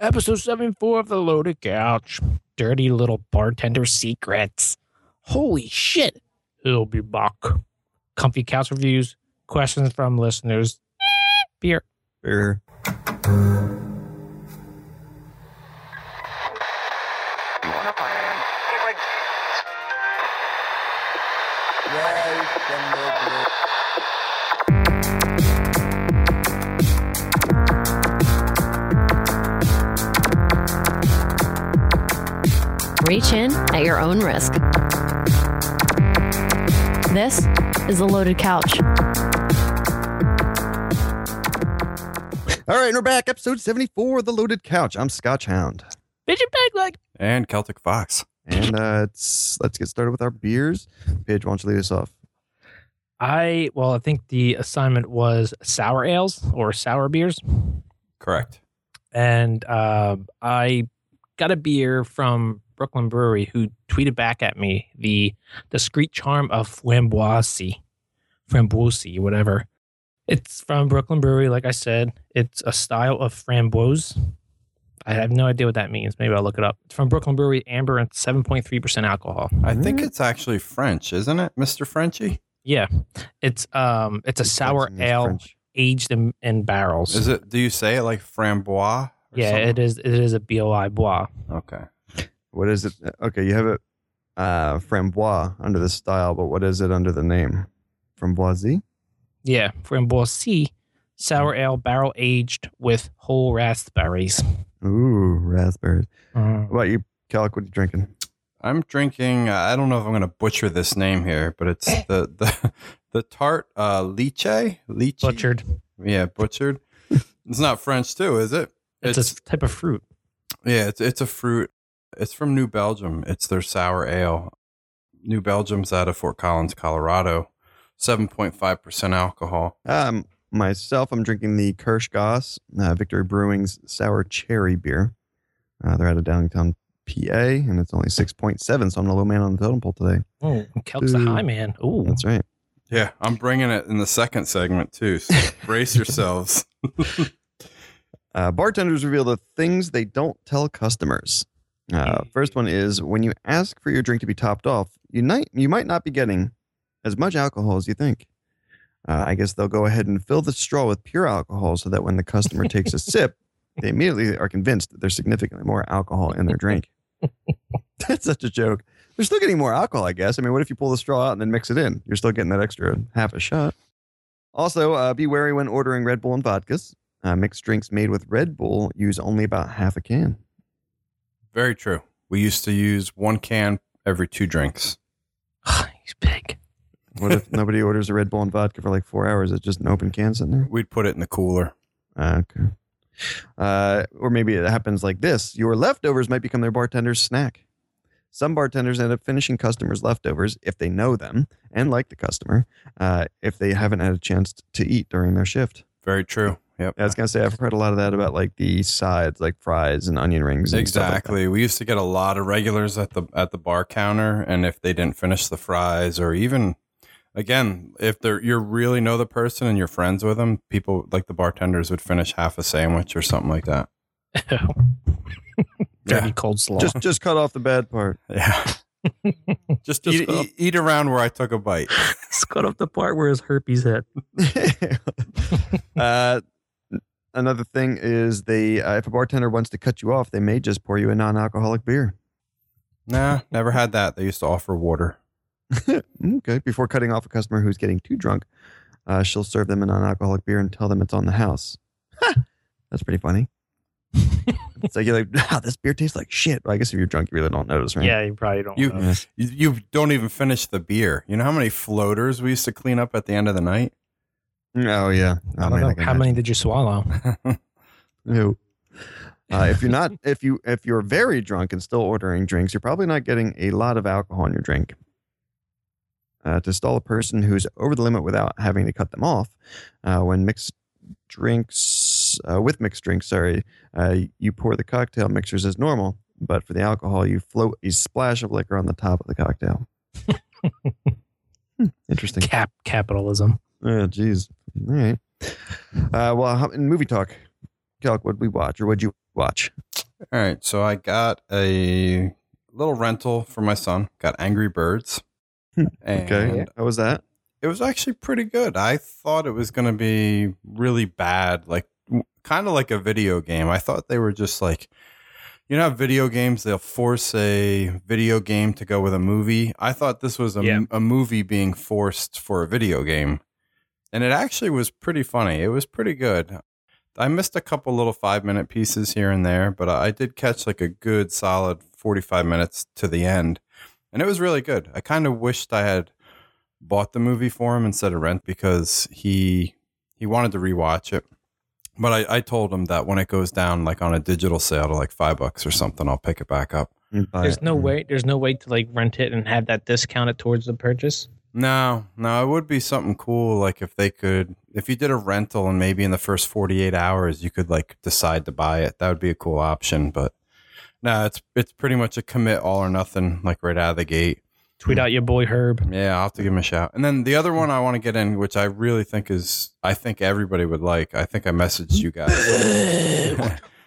Episode 74 of The Loaded Couch Dirty Little Bartender Secrets. Holy shit. It'll be back. Comfy couch reviews, questions from listeners, beer. Beer. Reach in at your own risk. This is the loaded couch. All right, and we're back. Episode 74 The Loaded Couch. I'm Scotch Hound. Bitch and bag like And Celtic Fox. And uh, it's, let's get started with our beers. Paige, why don't you lead us off? I well, I think the assignment was sour ales or sour beers. Correct. and uh, I got a beer from Brooklyn Brewery, who tweeted back at me the discreet charm of flamboisie, framboise, whatever. It's from Brooklyn Brewery, like I said. It's a style of framboise. I have no idea what that means. Maybe I'll look it up. It's from Brooklyn Brewery, amber, and seven point three percent alcohol. I think it's actually French, isn't it, Mr. Frenchy? Yeah, it's um, it's a It's sour French, it's ale French. aged in, in barrels. Is it do you say it like frambois? Or yeah, it is. It is a boi bois. Okay. What is it? Okay, you have it uh, frambois under the style, but what is it under the name? Framboisie? Yeah, framboise, sour ale, barrel aged with whole raspberries. Ooh, raspberries. Mm. What about you, Calic? What are you drinking? I'm drinking uh, I don't know if I'm gonna butcher this name here, but it's the the the tart uh liche? Lychee? Butchered. Yeah, butchered. it's not French too, is it? It's, a type of fruit. Yeah, it's it's a fruit. It's from New Belgium. It's their sour ale. New Belgium's out of Fort Collins, Colorado. Seven point five percent alcohol. Um, myself, I'm drinking the Kirsch Goss uh, Victory Brewing's sour cherry beer. Uh, they're out of downtown PA, and it's only 6.7, so I'm the low man on the totem pole today. Oh, Kelp's the Ooh. high man. Ooh, That's right. Yeah, I'm bringing it in the second segment too. So brace yourselves. Uh, bartenders reveal the things they don't tell customers. Uh, first one is when you ask for your drink to be topped off, you might, you might not be getting as much alcohol as you think. Uh, I guess they'll go ahead and fill the straw with pure alcohol so that when the customer takes a sip, they immediately are convinced that there's significantly more alcohol in their drink. That's such a joke. They're still getting more alcohol, I guess. I mean, what if you pull the straw out and then mix it in? You're still getting that extra half a shot. Also, uh, be wary when ordering Red Bull and vodkas. Uh, mixed drinks made with Red Bull use only about half a can. Very true. We used to use one can every two drinks. he's big. What if nobody orders a Red Bull and vodka for like four hours? It's just an open can sitting there. We'd put it in the cooler. Uh, okay. Uh, or maybe it happens like this: your leftovers might become their bartender's snack. Some bartenders end up finishing customers' leftovers if they know them and like the customer, uh, if they haven't had a chance to eat during their shift. Very true. Yep. I was gonna say I've heard a lot of that about like the sides, like fries and onion rings. And stuff like that. Exactly. we used to get a lot of regulars at the at the bar counter, and if they didn't finish the fries, or even again, if they're you really know the person and you're friends with them, people like the bartenders would finish half a sandwich or something like that. Dirty Yeah. cold slaw. Just just cut off the bad part. Yeah. just Just eat, go. eat, eat around where I took a bite. Just cut off the part where his herpes hit. uh, another thing is they uh, if a bartender wants to cut you off, they may just pour you a non-alcoholic beer. Nah, never had that. They used to offer water. Okay. Before cutting off a customer who's getting too drunk, uh, she'll serve them a non-alcoholic beer and tell them it's on the house. That's pretty funny. it's like you're like, wow, this beer tastes like shit. Well, I guess if you're drunk, you really don't notice, right? Yeah, you probably don't. You- know. You, you don't even finish the beer. You know how many floaters we used to clean up at the end of the night? Oh yeah. Oh, I don't man, know can how many did you swallow. No. Uh, if you're not, if you if you're very drunk and still ordering drinks, you're probably not getting a lot of alcohol in your drink. Uh, to stall a person who's over the limit without having to cut them off, uh, when mixed drinks uh, with mixed drinks, sorry, uh, you pour the cocktail mixers as normal, but for the alcohol, you float a splash of liquor on the top of the cocktail. Hmm, interesting. Cap capitalism. Oh, jeez. All right. Uh, well, how, in movie talk, Calc, what'd we watch or what'd you watch? All right, so I got a little rental for my son. Got Angry Birds. and Okay. How was that? it was actually pretty good. I thought it was going to be really bad, like kind of like a video game. I thought they were just like, you know, how video games, they'll force a video game to go with a movie. I thought this was a, Yeah. a movie being forced for a video game. And it actually was pretty funny. It was pretty good. I missed a couple little five minute pieces here and there, but I I did catch like a good solid 45 minutes to the end. And it was really good. I kind of wished I had bought the movie for him instead of rent because he he wanted to rewatch it. But I, I told him that when it goes down like on a digital sale to like five bucks or something, I'll pick it back up. Mm, buy There's it. no way. There's no way to like rent it and have that discounted towards the purchase. No, no, it would be something cool like if they could if you did a rental and maybe in the first forty eight hours you could like decide to buy it. That would be a cool option. But no, it's it's pretty much a commit all or nothing, like right out of the gate. Tweet out your boy Herb. Yeah, I'll have to give him a shout. And then the other one I want to get in, which I really think is, I think everybody would like. I think I messaged you guys.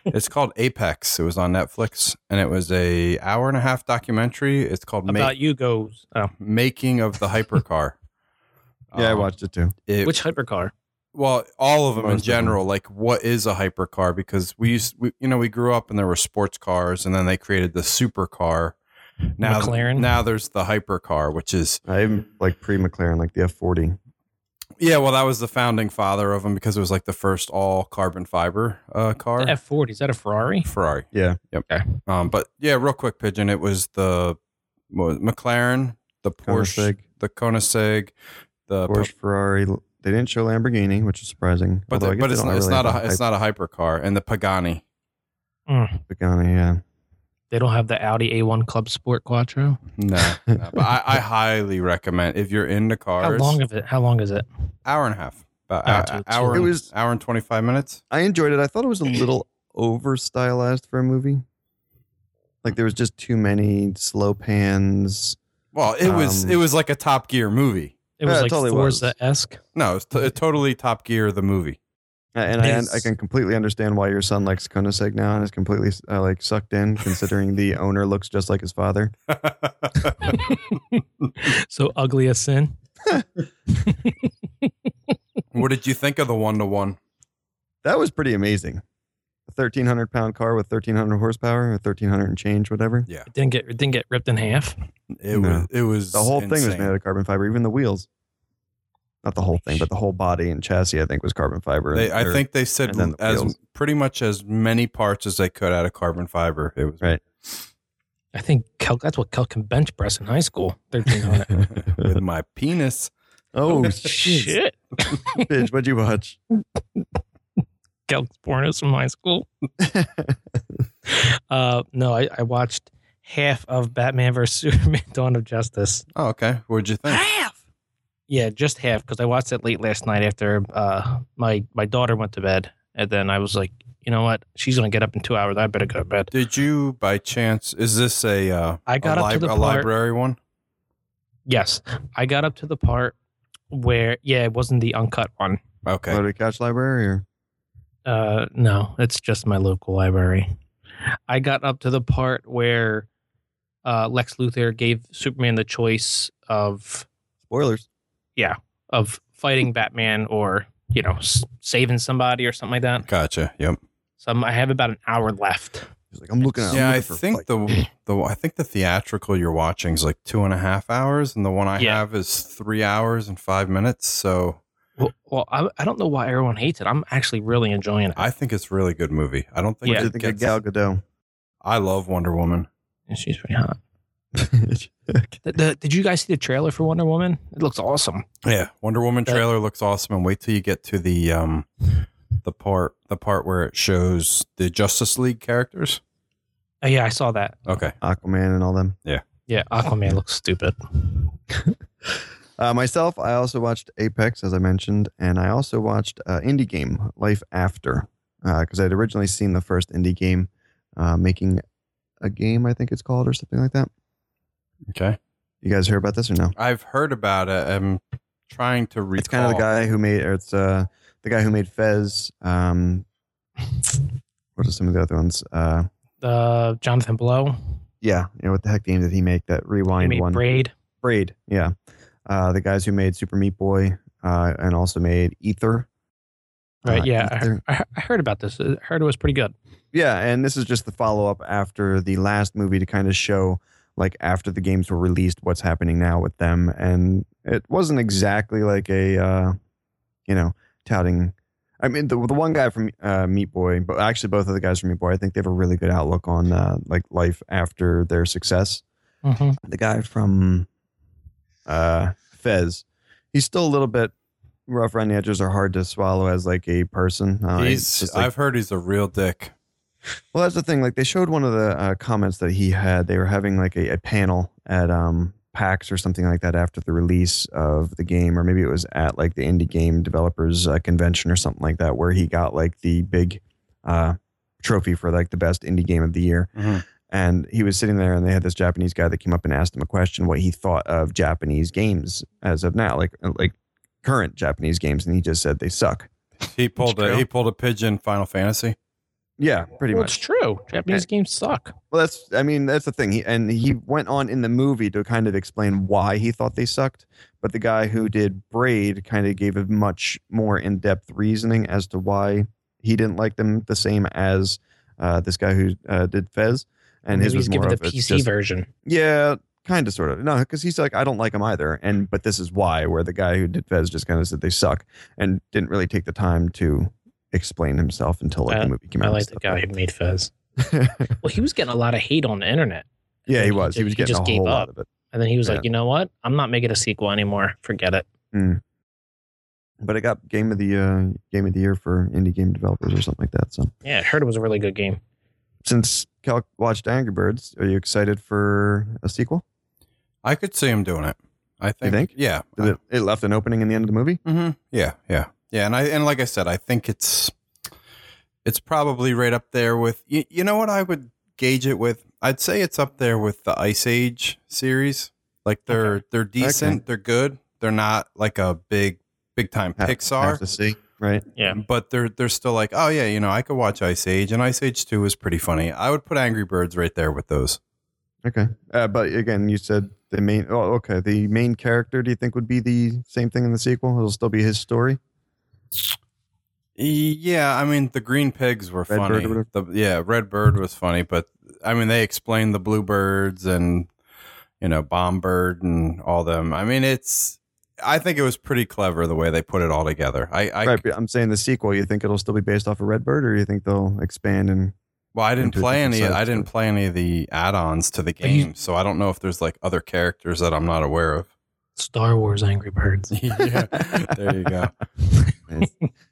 it's called Apex. It was on Netflix, and it was a hour and a half documentary. It's called Ma- About you goes. Oh, Making of the Hypercar. Yeah, I Um, watched it too. It, which hypercar? well, all of them Most in of them. general. Like, what is a hypercar? Because we used, we, you know, we grew up and there were sports cars, and then they created the supercar. Now, McLaren? now there's the hypercar, which is I'm like pre McLaren, like the F40. Yeah, well, that was the founding father of them because it was like the first all carbon fiber uh, car. F forty. Is that a Ferrari? Ferrari. Yeah. Yep. Okay. Um, but yeah, real quick, pigeon. It was the what was it, McLaren, the Porsche, Uh, Koenigsegg. the Koenigsegg, the Porsche, Ferrari. They didn't show Lamborghini, which is surprising. but although the- I guess but they it's, don't it's really not have a it's not a hypercar and the Pagani. Mm. Pagani, yeah. They don't have the Audi A1 Club Sport Quattro. No, no. but I, I highly recommend if you're into cars. How long of it? How long is it? Hour and a half. About Ah, hour, too- hour, too- and- It was- hour and twenty five minutes. I enjoyed it. I thought it was a little over stylized for a movie. Like there was just too many slow pans. Well, it was Um, it was like a Top Gear movie. It was Yeah, it like totally was. Forza esque. No, it's t- totally Top Gear the movie. Uh, And I, I Yes. can completely understand why your son likes Koenigsegg now and is completely uh, like sucked in, considering the owner looks just like his father. so ugly as sin. what did you think of the one to one? That was pretty amazing. A thirteen hundred pound car with thirteen hundred horsepower, or thirteen hundred and change, whatever. It didn't get it didn't get ripped in half. It No. was it was The whole thing was insane. made out of carbon fiber, even the wheels. Not the whole thing, but the whole body and chassis, I think, was carbon fiber. They, I Or- think they said and then the as wheels. pretty much as many parts as they could out of carbon fiber. It was Right. I think Kel, that's what Kel can bench press in high school. Thirteen hundred. with my penis. Oh shit! Shit, Bitch, what'd you watch? Kel's pornos from high school. Uh, no, I, I watched half of Batman vs Superman: Dawn of Justice. Oh, okay. What'd you think? Yeah, just half because I watched it late last night after uh, my my daughter went to bed, and then I was like, you know what? She's gonna get up in two hours. I better go to bed. Did you by chance? Is this a uh, I got a, up to lib- the a part- library one? Yes, I got up to the part where yeah, it wasn't the uncut one. Okay. Go to Couch Library or Uh, no, it's just my local library. I got up to the part where uh, Lex Luthor gave Superman the choice of spoilers. of fighting Batman or you know s- saving somebody or something like that. Gotcha. Yep. So I'm, I have about an hour left. He's like, I'm looking out. I'm yeah, I looking for think fight. the the I think the theatrical you're watching is like two and a half hours, and the one I Yeah. have is three hours and five minutes. So Well, well I, I don't know why everyone hates it. I'm actually really enjoying it. I think it's a really good movie. I don't think Yeah. What do you it think of gets, Gal Gadot? I love Wonder Woman. And She's pretty hot. The, the, did you guys see the trailer for Wonder Woman? It looks awesome. Yeah, Wonder Woman That- trailer looks awesome, and wait till you get to the um the part the part where it shows the Justice League characters. Oh, yeah, I saw that. Okay, Aquaman and all them. Yeah, Oh. Aquaman looks stupid. Uh, myself, I also watched Apex, as I mentioned, and I also watched uh, indie game Life After because I'd originally seen the first indie game, uh, making a game, I think it's called, or something like that. okay. You guys hear about this or no? I've heard about it. I'm trying to recall. It's kind Oh. of the guy who made, or it's uh, the guy who made Fez. Um, what are some of the other ones? Uh, uh, Jonathan Blow. Yeah, you know what the heck game did he make? That He rewind made one. Braid. Braid, yeah. Uh, the guys who made Super Meat Boy uh, and also made Ether. Right. Uh, yeah. I, Ether. heard- I I heard about this. I heard it was pretty good. Yeah, and this is just the follow up after the last movie to kind of show, like, after the games were released, what's happening now with them. And it wasn't exactly like a, uh, you know, touting. I mean, the, the one guy from uh, Meat Boy, but actually both of the guys from Meat Boy, I think they have a really good outlook on uh, like life after their success. Mhm. the guy from uh Fez. He's still a little bit rough around the edges or hard to swallow as like a person. Uh, it's he's. just, like- I've heard he's a real dick. well, that's the thing. Like they showed one of the uh, comments that he had. They were having like a, a panel at um PAX or something like that after the release of the game, or maybe it was at like the indie game developers uh, convention or something like that, where he got like the big uh trophy for like the best indie game of the year. Mhm. And he was sitting there, and they had this Japanese guy that came up and asked him a question what he thought of Japanese games as of now, like uh, like current Japanese games, and he just said they suck. He pulled a true. he pulled a pigeon Final Fantasy. Yeah, pretty Well, it's much. true. Japanese games suck. Well, that's I mean that's the thing. He, and he went on in the movie to kind of explain why he thought they sucked, but the guy who did Braid kind of gave a much more in depth reasoning as to why he didn't like them, the same as uh, this guy who uh, did Fez. And Maybe his was he's more given of the it's PC just- version. Yeah, kind of, sort of. No, because he's like, I don't like them either. And but this is why, where the guy who did Fez just kind of said they suck and didn't really take the time to explain himself until like Uh, the movie came out. I and like the guy who made Fez. stuff like that. Well, he was getting a lot of hate on the internet, yeah, he He was. He ju- was he getting just a gave whole lot up. of it. and then he was Yeah. like, "You know what? I'm not making a sequel anymore. Forget it." But it got game of the uh, game of the year for indie game developers or something like that. So Yeah, I heard it was a really good game. since Cal watched Angry Birds, are you excited for a sequel? I could see him doing it. I think. think? Yeah. Did it, it left an opening in the end of the movie. hmm Yeah, yeah, yeah. And I and like I said, I think it's it's probably right up there with you, you know what I would gauge it with. I'd say it's up there with the Ice Age series. Like they're they're decent, they're good. They're not like a big big time Ha- Pixar, Have to see, right? Yeah, but they're they're still like, oh yeah, you know, I could watch Ice Age, and Ice Age Two is pretty funny. I would put Angry Birds right there with those. Okay, uh, but again, you said the main. Oh, okay, the main character. Do you think would be the same thing in the sequel? It'll still be his story. Yeah, I mean the green pigs were Red Bird funny. or whatever? The- yeah, red bird was funny, but I mean they explained the bluebirds and you know bomb bird and all them. I mean it's I think it was pretty clever the way they put it all together. I, I right, but I'm saying the sequel. You think it'll still be based off of Red Bird, or you think they'll expand and? well I didn't Into a play different any side I didn't story. play any of the add-ons to the But you- game, so I don't know if there's like other characters that I'm not aware of. Star Wars Angry Birds. yeah, there you go.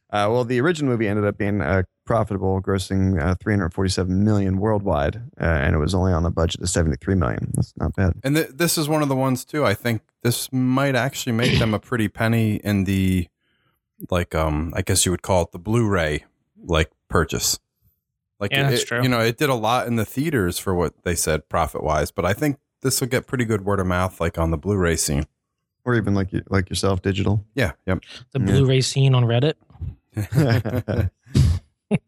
Uh, well, the original movie ended up being uh, profitable, grossing uh, 347 million worldwide, uh, and it was only on a budget of 73 million. That's not bad. And th- this is one of the ones too. I think this might actually make them a pretty penny in the, like, um, I guess you would call it the Blu-ray like purchase. Like, Yeah, it- that's it- true. You know, it did a lot in the theaters for what they said profit wise, but I think this will get pretty good word of mouth, like on the Blu-ray scene. Or even like you- like yourself, digital. Yeah, yep. Eh, The Yeah. Blu-ray scene on Reddit. ah,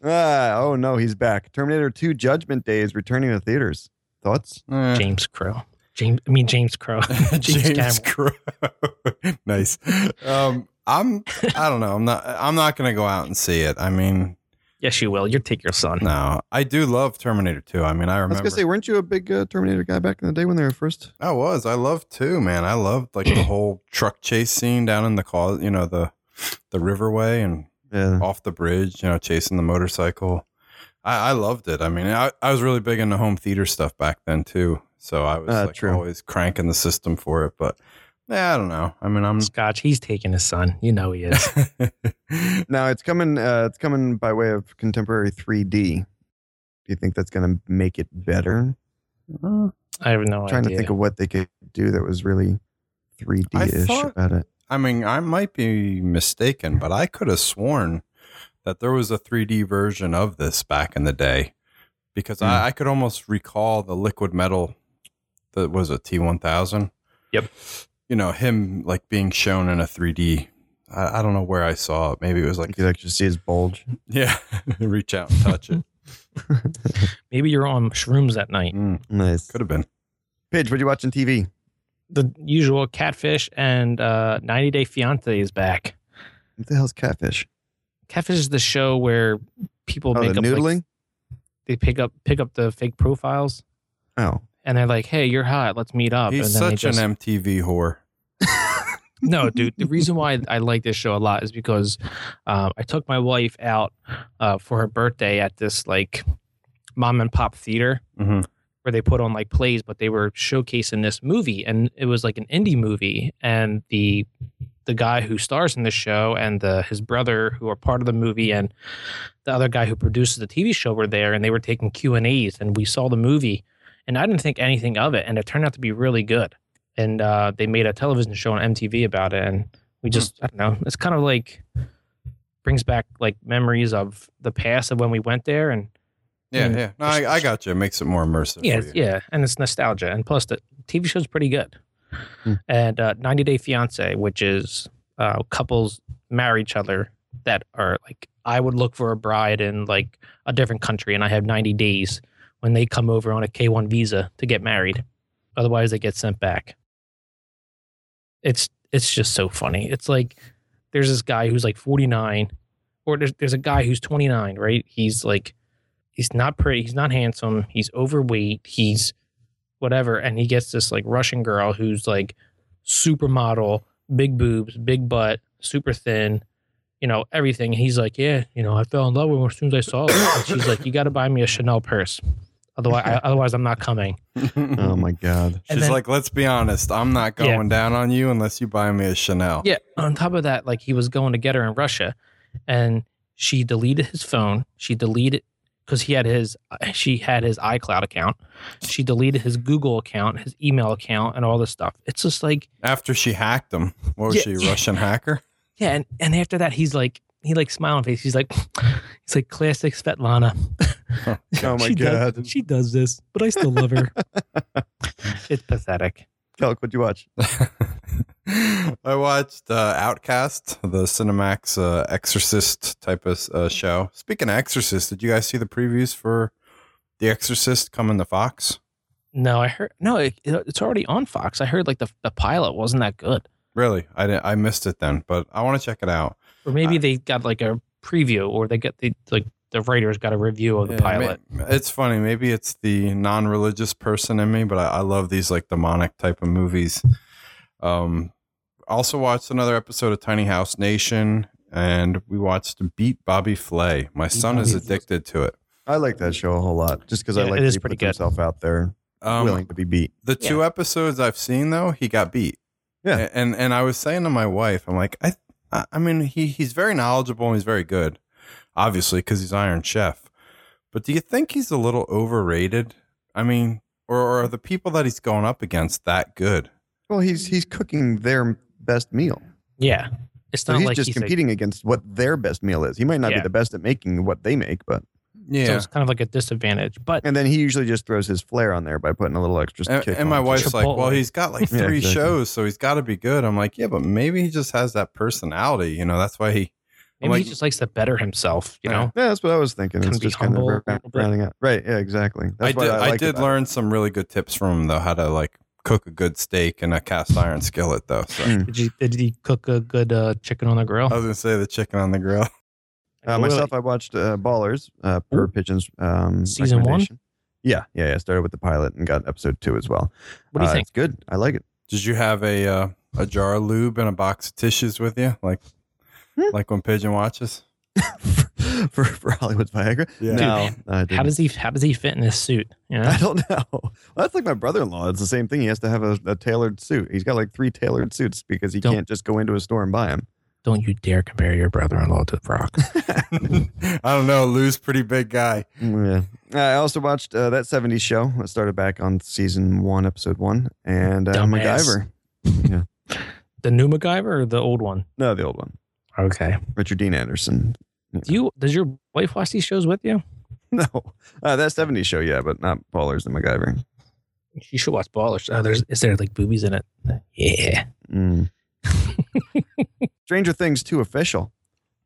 oh no, he's back. Terminator 2: Judgment Day is returning to theaters. Thoughts? Eh. James Crow. James. I mean James Crow. James James Cameron. Crow. nice. Um, I'm. I don't know. I'm not. I'm not gonna go out and see it. I mean, Yes, you will. You take your son. no. I do love Terminator 2. I mean, I I was remember. gonna say, weren't you a big uh, Terminator guy back in the day when they were first? I was. I loved too, man. I loved like the whole truck chase scene down in the cause, you know, the the riverway and Yeah. off the bridge, you know, chasing the motorcycle. I, I loved it. I mean, I, I was really big into home theater stuff back then too. So I was Ah, like true. always cranking the system for it. But yeah, I don't know. I mean, Mm-hmm. I'm. Scotch. He's taking his son. You know he is. Now it's coming. Uh, it's coming by way of contemporary 3D. Do you think that's gonna make it better? I have no trying idea. to think of what they could do that was really 3D-ish thought- about it. I mean, I might be mistaken, but I could have sworn that there was a 3D version of this back in the day because Hmm. I, I could almost recall the liquid metal that was a T1000. Yep. You know, him like being shown in a 3D. I, I don't know where I saw it. Maybe it was You like, could actually see his bulge. yeah, reach out and touch it. Maybe you're on shrooms that night. Mm, nice. could have been. Pidge, what you watch on TV? The usual catfish and uh, 90 Day Fiance is back. What the hell's catfish? Catfish is the show where people Oh, make the up like, noodling. they pick up pick up the fake profiles oh, and they're like, "Hey, you're hot. Let's meet up." He's Oh, and then they such just- an MTV whore. No, dude. The reason why I like this show a lot is because um, I took my wife out uh, for her birthday at this like mom and pop theater Mm-hmm. where they put on like plays, but they were showcasing this movie, and it was like an indie movie, and the the guy who stars in the show and the his brother who are part of the movie and the other guy who produces the TV show were there, and they were taking Q and A's, and we saw the movie, and I didn't think anything of it, and it turned out to be really good, and uh, they made a television show on MTV about it, and we just I don't know, it's kind of like brings back like memories of the past of when we went there and Yeah, Mm. yeah. No, I, I got you. It makes it more immersive. yeah, for you. it's- yeah, and it's nostalgia, and plus the TV show's pretty good. Hmm. And uh, 90 Day Fiance, which is uh, couples marry each other that are like, I would look for a bride in like a different country, and I have 90 days when they come over on a K one visa to get married. Otherwise, they get sent back. It's it's just so funny. It's like there's this guy who's like 49, or there's there's a guy who's 29, right? He's like he's not pretty, he's not handsome, he's overweight, he's whatever, and he gets this like Russian girl who's like supermodel, big boobs, big butt, super thin, you know, everything. And he's like, Yeah, you know, I fell in love with her as soon as I saw her. And she's like, You gotta buy me a Chanel purse. Otherwise I, otherwise I'm not coming. Mm-hmm. Um, oh my god. She's then- like, let's be honest. I'm not Yeah. going down on you unless you buy me a Chanel. Yeah. On top of that, like he was going to get her in Russia and she deleted his phone. She deleted because he had his she had his iCloud account. She deleted his Google account, his email account, and all this stuff. It's just like After she hacked him, what was Yeah, she, yeah. Russian hacker? Yeah, and, and after that, he's like, he like smiling face. He's like, he's like classic Svetlana. Oh my she god. does, she does this, but I still love her. it's pathetic. Kelk, what you watch? I watched uh, Outcast, the Cinemax uh, Exorcist type of uh, show. Speaking of Exorcist, did you guys see the previews for The Exorcist coming to Fox? No, I heard no. It, it- it's already on Fox. I heard like the the pilot wasn't that good, Really, I didn't, I missed it then, but I want to check it out. or maybe Uh, they got like a preview, or they got the like the writers got a review of the Yeah, pilot. ma- It's funny. Maybe it's the non-religious person in me, but I, I love these like demonic type of movies. Um, also watched another episode of Tiny House Nation, and we watched Beat Bobby Flay. My Beat son is Bobby Flay. addicted to it. I like that show a whole lot, just because I Yeah, like it that is he pretty puts good. himself out there, Um, willing to be beat. The two episodes I've seen though, he got beat. Yeah. A- and and I was saying to my wife, I'm like, I, I I mean, he he's very knowledgeable and he's very good, obviously because he's Iron Chef. But do you think he's a little overrated? I mean, or, or are the people that he's going up against that good? Well, he's he's cooking their best meal, Yeah, it's so not he's like just he's competing. competing against what their best meal is. He might not Yeah. be the best at making what they make, but Like, so Yeah. it's kind of like a disadvantage. But and then he usually just throws his flair on there by putting a little extra. and, kick and my on it. wife's like, well, Chipotle. he's got like Yeah, three exactly. shows, so he's got to be good. I'm like, yeah, but maybe he just has that personality. You know, that's why he. I'm maybe like, he just likes to better himself. You Yeah. know, Yeah, that's what I was thinking. Can It's be just kind of humble a rou- little bit. rounding out. Right. Yeah, exactly. I That's what did. I, like did about it. learn some really good tips from him, though, how to like cook a good steak in a cast iron skillet, though. So Mm. did you did he cook a good uh, chicken on the grill? I was gonna say the chicken on the grill. Uh, Really? myself, I watched uh, Ballers uh, per Ooh. Pigeon's um, Season one? recommendation. Yeah, yeah, yeah. I started with the pilot and got episode two as well. What do you Uh, think? It's good. I like it. Did you have a uh, a jar of lube and a box of tissues with you, like Hmm. like when Pigeon watches? for for Hollywood Viagra. Yeah. Dude, No, I didn't. How does he how does he fit in this suit? You know? I don't know. Well, that's like my brother-in-law. It's the same thing. He has to have a, a tailored suit. He's got like three tailored suits because he Don't- can't just go into a store and buy them. Don't you dare compare your brother-in-law to Brock. I don't know. Lou's pretty big guy. Yeah. I also watched uh, that '70s show. I started back on season one, episode one, and uh, Dumbass. MacGyver. the new MacGyver or the old one? No, the old one. Okay. Richard Dean Anderson. Do you does your wife watch these shows with you? No, uh, that '70s show, yeah, but not Ballers and MacGyver. You should watch Ballers. Oh, there's is there like boobies in it? Yeah. Mm. Stranger Things too official.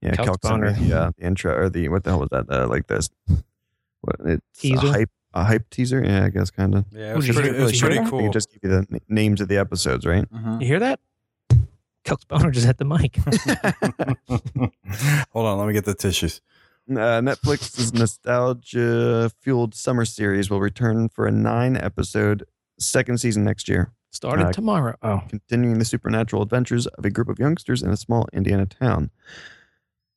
Yeah, Kelk's Kelk's under boner. the uh, intro or the what the hell was that? Uh, like this What, it's Teaser? a hype a hype teaser. Yeah, I guess kind of. Yeah, it was Would you pretty- pretty, say- it was would you pretty say that? cool. They just give you the n- names of the episodes, right? You hear that? Kelk's boner just hit the mic. Hold on, let me get the tissues. Uh, Netflix's nostalgia fueled summer series will return for a nine episode second season next year. Started Uh, tomorrow. Oh, continuing the supernatural adventures of a group of youngsters in a small Indiana town.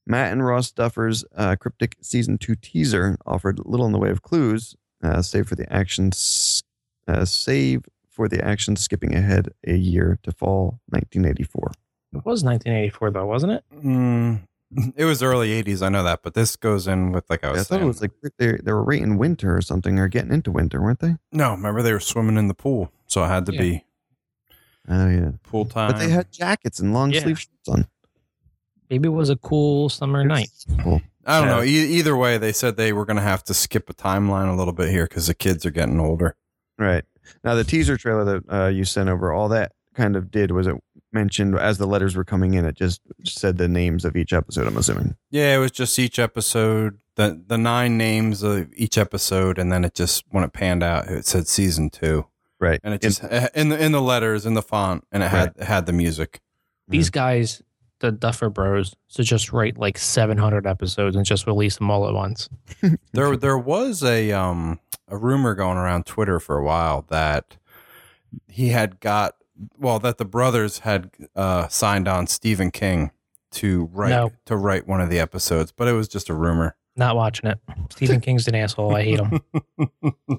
Matt and Ross Duffer's uh, cryptic season two teaser offered little in the way of clues, uh, save for the action, s- uh, save for the action skipping ahead a year to fall 1984. it was 1984 though, wasn't it? Mm, it was early '80s, I know that, but this goes in with like I was I thought saying. it was like they they were right in winter or something, or getting into winter, weren't they? no, remember they were swimming in the pool, so it had to Yeah. be Oh yeah, pool time. but they had jackets and long Yeah. sleeve shirts on. Maybe it was a cool summer night. Cool. I don't Yeah. know. E- either way, they said they were going to have to skip a timeline a little bit here because the kids are getting older. Right. Now, the teaser trailer that uh, you sent over, all that kind of did was it mentioned as the letters were coming in, it just said the names of each episode, I'm assuming. Yeah, it was just each episode, the the nine names of each episode, and then it just when it panned out, it said season two, Right. and it just eh, in the in the letters in the font, and it had it had the music. These guys, the Duffer Bros, should just write like 700 episodes and just release them all at once. There there was a um a rumor going around Twitter for a while that he had got well that the brothers had uh, signed on Stephen King to write No. to write one of the episodes, but it was just a rumor. Not watching it. Stephen King's an asshole. I hate him. no, no,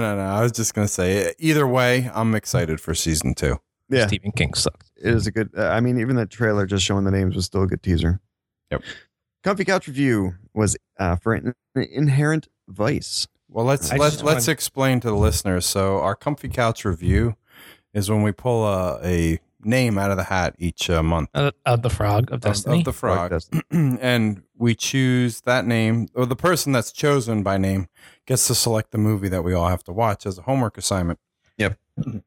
no, no. I was just gonna say. Either way, I'm excited for season two. Yeah. Stephen King sucks. It is a good, uh, I mean, even that trailer just showing the names was still a good teaser. Yep. Comfy Couch Review was uh, for an inherent vice. Well, let's I let's just let's wanna- explain to the listeners. So, our comfy couch review is when we pull a, a name out of the hat each uh, month Uh, of the Frog of of- Destiny. of the frog, and we choose that name or the person that's chosen by name gets to select the movie that we all have to watch as a homework assignment.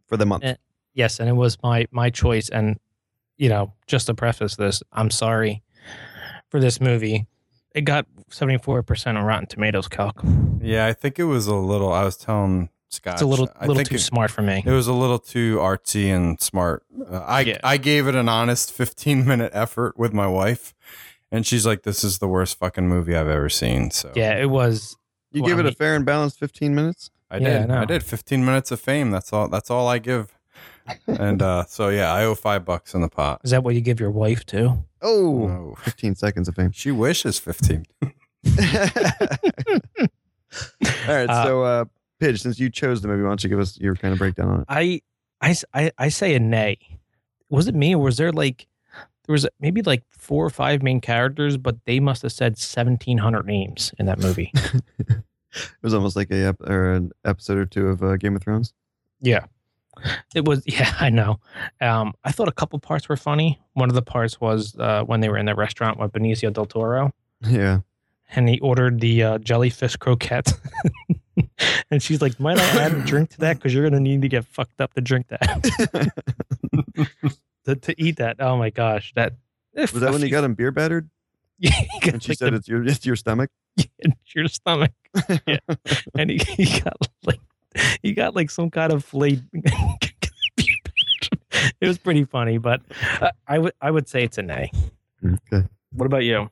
for the month. Eh. yes, and it was my my choice. And you know, just to preface this, I'm sorry for this movie. It got 74 percent on Rotten Tomatoes. Calc. Yeah, I think it was a little. I was telling Scott, It's a little I little think too it- smart for me. It was a little too artsy and smart. Uh, I Yeah. I gave it an honest 15 minute effort with my wife, and she's like, "This is the worst fucking movie I've ever seen." So Yeah, it was. You Well, give I it a mean- fair and balanced 15 minutes? I Yeah, did. no. I did 15 minutes of fame. That's all. That's all I give. and uh, so yeah, I owe five bucks in the pot. Is that what you give your wife too? Oh, Oh. 15 seconds of fame. She wishes 15. All right. Uh, so, uh, Pidge, since you chose the movie, why don't you give us your kind of breakdown on it? I, I, s- I- I say a nay. Was it me or was there like there was maybe like four or five main characters, but they must have said seventeen hundred names in that movie. It was almost like a ep- or an episode or two of uh, Game of Thrones. yeah, it was. Yeah, I know. Um, I thought a couple parts were funny. One of the parts was uh, when they were in the restaurant with Benicio del Toro, Yeah, and he ordered the uh, jellyfish croquette. And she's like, "Might I add a drink to that? Because you're gonna need to get fucked up to drink that, to, to eat that." Oh my gosh, that was that when he got him beer battered? Yeah, he got, And she like, said the- it's your it's your stomach. in your stomach. Yeah. and he, he got like he got like some kind of flayed. it was pretty funny, but uh, I would I would say it's an A. Mm, Okay. What about you?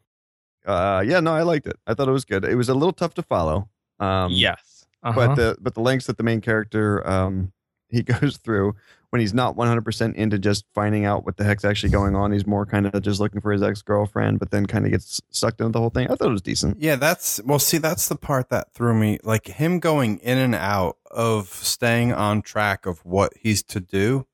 Uh, yeah, no, I liked it. I thought it was good. It was a little tough to follow. Um, yes, uh but the but the lengths that the main character um he goes through when he's not 100% into just finding out what the heck's actually going on he's more kind of just looking for his ex-girlfriend but then kind of gets sucked into the whole thing i thought it was decent Yeah, that's well. See, that's the part that threw me. Like him going in and out of staying on track of what he's to do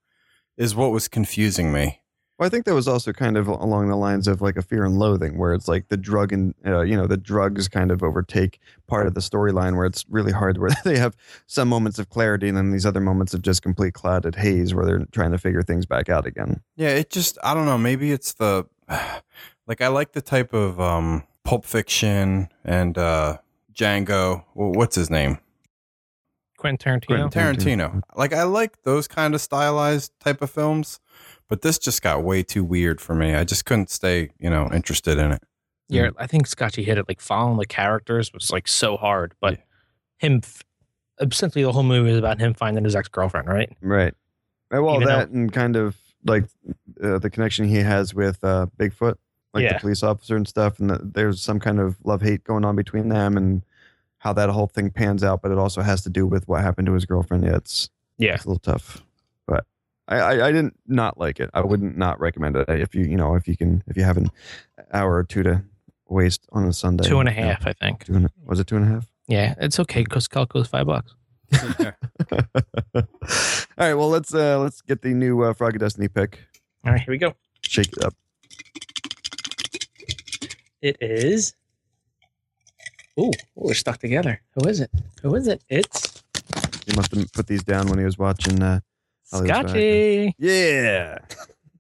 is what was confusing me. well i think that was also kind of along the lines of like a fear and loathing where it's like the drug and uh, you know the drugs kind of overtake part of the storyline where it's really hard where they have some moments of clarity and then these other moments of just complete clouded haze where they're trying to figure things back out again Yeah, it just I don't know, maybe it's the like I like the type of um Pulp Fiction and uh Django, well, what's his name? Quentin Tarantino. Quentin Tarantino. Like I like those kind of stylized type of films, but this just got way too weird for me. I just couldn't stay, you know, interested in it. mm-hmm. yeah, I think Scotchy hit it. Like following the characters was like so hard, but him f- essentially the whole movie is about him finding his ex girlfriend, right? Right. Uh, Well, Even that and kind of like uh, the connection he has with uh, Bigfoot, like Yeah. the police officer and stuff, and the, there's some kind of love hate going on between them and how that whole thing pans out. But it also has to do with what happened to his girlfriend. Yeah, it's Yeah. it's a little tough, but I, I I didn't not like it. I wouldn't not recommend it if you you know if you can if you have an hour or two to waste on a Sunday. Two and a Yeah. half, I think. Two and a- was it two and a half? Yeah, it's okay because Calico's five bucks. All right. Well, let's uh let's get the new uh, Frog of Destiny pick. All right, here we go. Shake it up. It is. Ooh, ooh, they're stuck together. Who is it? Who is it? It's He must have put these down when he was watching. Uh, Oh, that's right. Scotchy. yeah.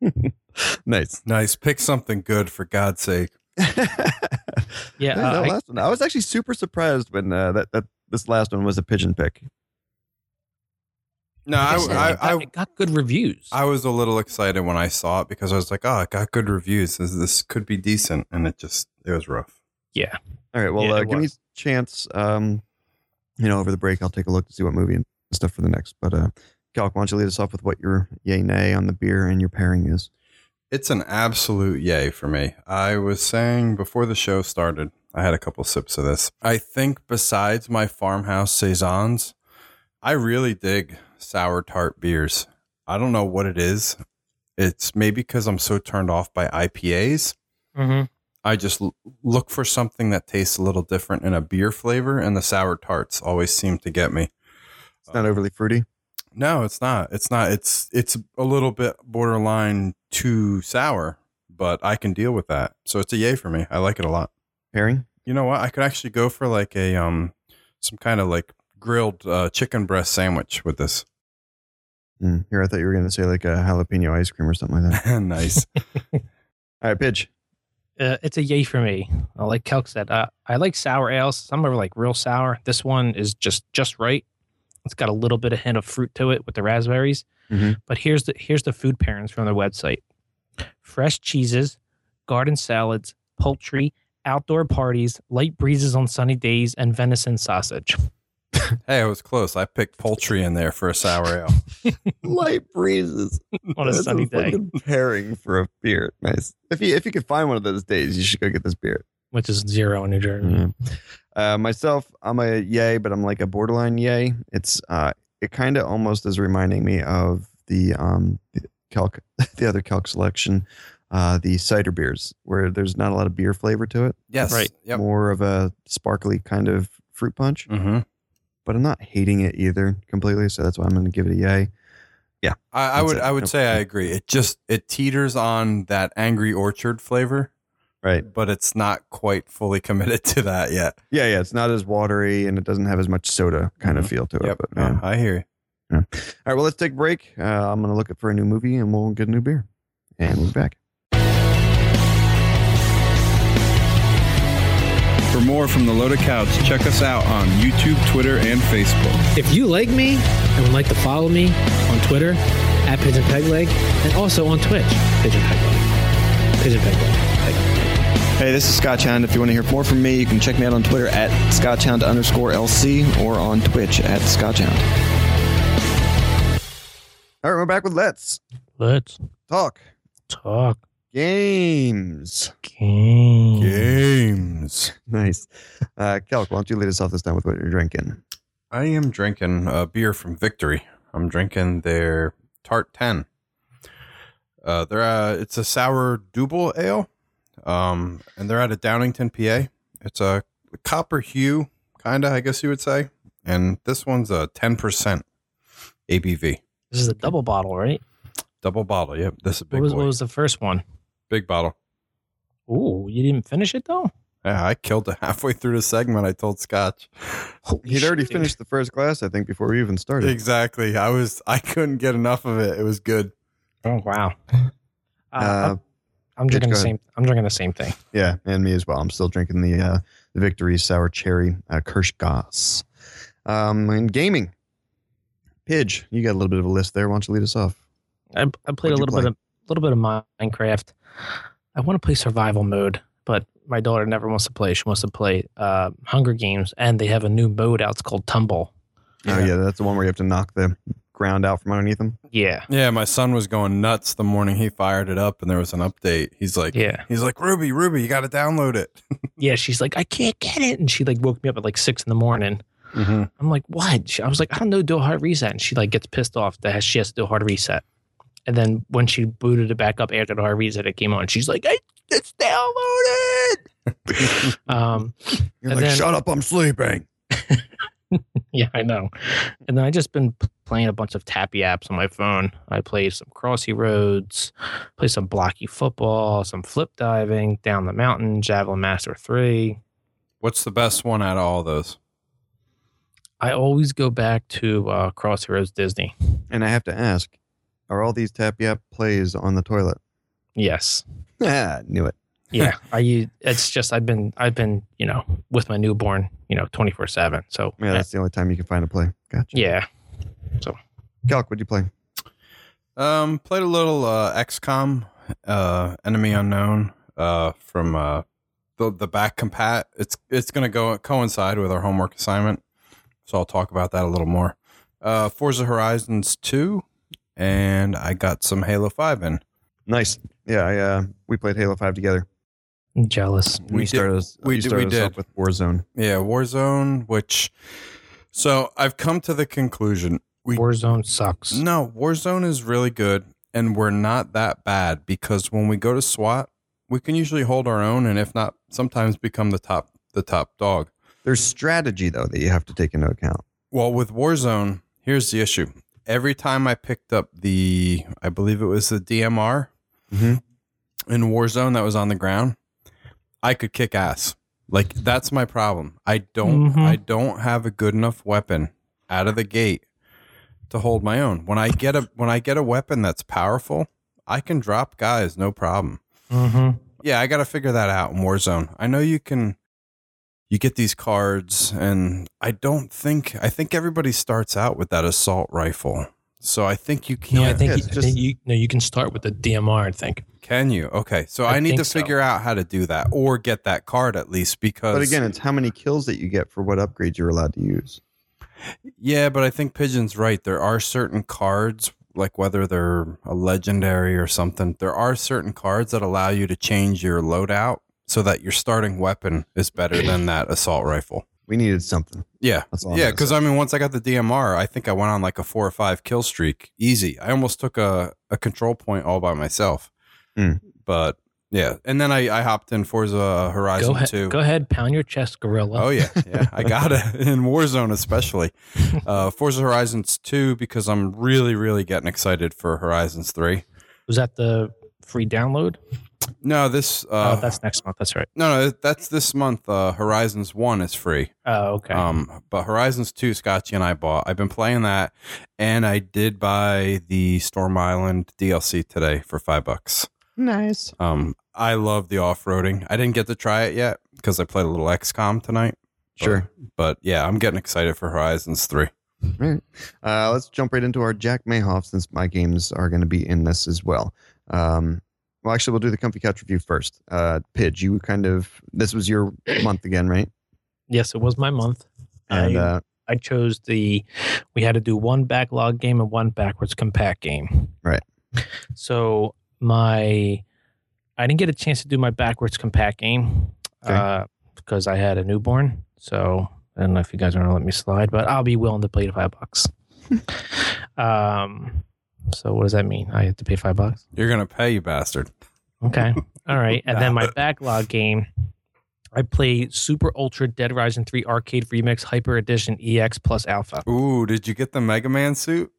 nice. Nice. Pick something good for God's sake. Yeah, Yeah, uh, that I- last one. I was actually super surprised when uh, that, that this last one was a pigeon pick. No, I, Yes, it I, got, I, it got good reviews. I was a little excited when I saw it because I was like, oh, it got good reviews. This, this could be decent. And it just, it was rough. All right. Well, Yeah, uh, it give me a chance. Um, you know, over the break, I'll take a look to see what movie and stuff for the next. But uh, Calc, why don't you lead us off with what your yay nay on the beer and your pairing is? It's an absolute yay for me. I was saying before the show started, I had a couple sips of this. I think besides my farmhouse saisons, I really dig sour tart beers. I don't know what it is. It's maybe because I'm so turned off by IPAs. Mhm. I just l- look for something that tastes a little different in a beer flavor, and the sour tarts always seem to get me. Um, It's Uh, not overly fruity. No, it's not. It's not. It's it's a little bit borderline too sour, but I can deal with that. So it's a yay for me. I like it a lot. Pairing? You know what? I could actually go for like a um some kind of like grilled uh, chicken breast sandwich with this. Hmm, Here, I thought you were going to say like a jalapeno ice cream or something like that. nice. All right, Pidge. Uh, it's a yay for me. Uh, Like Kelk said, uh, I like sour ales. Some are like real sour. This one is just just right. It's got a little bit of hint of fruit to it with the raspberries. Mhm. But here's the here's the food pairings from their website: fresh cheeses, garden salads, poultry, outdoor parties, light breezes on sunny days, and venison sausage. hey, I was close. I picked poultry in there for a sour ale. Light breezes. On a That's sunny day. fucking Pairing for a beer. Nice. If you if you could find one of those days, you should go get this beer. which is zero in New Jersey. Uh, myself, I'm a yay, but I'm like a borderline yay. It's uh, it kind of almost is reminding me of the um the calc the other calc selection, uh, the cider beers where there's not a lot of beer flavor to it, Yes. Right. Yep. more of a sparkly kind of fruit punch. Mm-hmm. But I'm not hating it either completely, so that's why I'm going to give it a yay. I, I That's would it. I would Nope. say I agree. It just it teeters on that angry orchard flavor, Right. but it's not quite fully committed to that yet. Yeah, yeah. It's not as watery and it doesn't have as much soda kind of feel to it. But, yeah. No, I hear you. All right, well, let's take a break. Uh, I'm going to look up for a new movie and we'll get a new beer. And we'll be back. For more from the Loaded Couch, check us out on YouTube, Twitter, and Facebook. If you like me and would like to follow me on Twitter at Pigeon Peg Leg and also on Twitch, Pigeon Peg Leg. Pigeon Peg Leg. Hey, this is Scotch Hound. If you want to hear more from me, you can check me out on Twitter at Scotchhound underscore LC or on Twitch at Scotchhound. All right, we're back with Let's Let's Talk talk Games. game. Games. Nice. Uh, Kelk, why don't you lead us off this time with what you're drinking? I am drinking a beer from Victory. I'm drinking their Tart Ten. Uh, they're uh, it's a sour double ale, um, and they're out of Downingtown, PA. It's a copper hue, kinda, I guess you would say. And this one's a ten percent ABV, This is a double bottle, right? double bottle. Yep, this is a big What was, boy. what was the first one? big bottle. Ooh, you didn't finish it though. Yeah, I killed it halfway through the segment. I told Scotch. Holy He'd already shit, dude. finished the first glass, I think, before we even started. Exactly. I was. I couldn't get enough of it. It was good. Oh wow. Uh, Uh, I'm, I'm drinking go the same. I'm drinking the same thing. yeah, and me as well. I'm still drinking the uh, the Victory Sour Cherry uh, Kirschgoss. Um, and gaming. Pidge, you got a little bit of a list there. Why don't you lead us off? I, I played What'd you a little play? bit of little bit of Minecraft. I want to play survival mode, but my daughter never wants to play. She wants to play uh, Hunger Games, and they have a new mode out. It's called Tumble. Oh yeah, that's the one where you have to knock the ground out from underneath them. Yeah, Yeah, my son was going nuts the morning he fired it up and there was an update. He's like, yeah, he's like, Ruby, Ruby, you got to download it. yeah. She's like, I can't get it, and she like woke me up at like six in the morning. Mm-hmm. I'm like, what? She, I was like, I don't know, do a hard reset, and she like gets pissed off that she has to do a hard reset. And then when she booted it back up after the hard reset, it came on. She's like, I, it's downloaded. um, You're And like, then- shut up, I'm sleeping. Yeah, I know. And then I just been p- playing a bunch of tappy apps on my phone. I played some crossy roads, played some blocky football, some flip diving, down the mountain, javelin master three. What's the best one out of all those? I always go back to uh, Crossy Roads Disney. And I have to ask, are all these tap yap plays on the toilet? Yes. Ah, knew it. Yeah. I u- it's just I've been I've been, you know, with my newborn, you know, twenty four seven. So Yeah, that's the only time you can find a play. Gotcha. yeah. Calc, what'd you play? Um, played a little uh, XCOM, uh, Enemy Unknown, uh, from uh, the the back compat. It's it's gonna go coincide with our homework assignment, so I'll talk about that a little more. Uh, Forza Horizons two, and I got some Halo Five in. Nice. Yeah, I, uh, we played Halo Five together. I'm jealous. We You did- started us. we you did- we started us did. off with Warzone. Yeah, Warzone. Which, so I've come to the conclusion we Warzone sucks. No, Warzone is really good, and we're not that bad because when we go to SWAT, we can usually hold our own, and if not, sometimes become the top the top dog. There's strategy though that you have to take into account. Well, with Warzone, here's the issue. Every time I picked up the, I believe it was the DMR Mhm. in Warzone that was on the ground, I could kick ass. Like that's my problem. I don't, Mhm. I don't have a good enough weapon out of the gate to hold my own. When I get a, when I get a weapon that's powerful, I can drop guys no problem. Mm-hmm. Yeah, I got to figure that out in Warzone. I know you can you get these cards and I don't think I think everybody starts out with that assault rifle. So I think you can No, I think, Yeah, you, it's I think just- you no, you can start with the DMR and think. can you? Okay. So I, I need think to so. figure out how to do that or get that card at least because But again, it's how many kills that you get for what upgrades you're allowed to use. Yeah, but I think Pigeon's right. There are certain cards, like whether they're a legendary or something, there are certain cards that allow you to change your loadout so that your starting weapon is better than that assault rifle. We needed something. Yeah. That's all. I'm yeah, gonna because say. I mean, once I got the DMR, I think I went on like a four or five kill streak, easy. I almost took a, a control point all by myself. Hmm. But yeah, and then I, I hopped in Forza Go Horizon ahead, Two. go ahead, pound your chest, gorilla. Oh yeah, yeah, I got it in Warzone especially. Uh, Forza Horizons Two because I'm really, really getting excited for Horizons Three. Was that the free download? No, this oh, uh, that's next month. That's right. no, no, that's this month. Uh, Horizons One is free. Oh, okay. Um, but Horizons Two, Scotchy and I bought. I've been playing that, and I did buy the Storm Island DLC today for five bucks. nice. Um, I love the off roading. I didn't get to try it yet because I played a little XCOM tonight. Sure. But yeah, I'm getting excited for Horizons Three. All right. Uh, let's jump right into our Jack Mayhoff since my games are going to be in this as well. Um, well, actually, we'll do the Comfy Couch review first. Uh, Pidge, you kind of, this was your month again, right? yes, it was my month. And I, uh, I chose the. We had to do one backlog game and one backwards compact game. Right. So my, I didn't get a chance to do my backwards compact game Okay. uh, because I had a newborn. So I don't know if you guys are going to let me slide, but I'll be willing to pay the five bucks. um. So what does that mean? I have to pay five bucks. You're gonna pay, you bastard. Okay. All right. And then my Nah. backlog game, I play Super Ultra Dead Rising 3 Arcade Remix Hyper Edition EX plus Alpha. Ooh, did you get the Mega Man suit?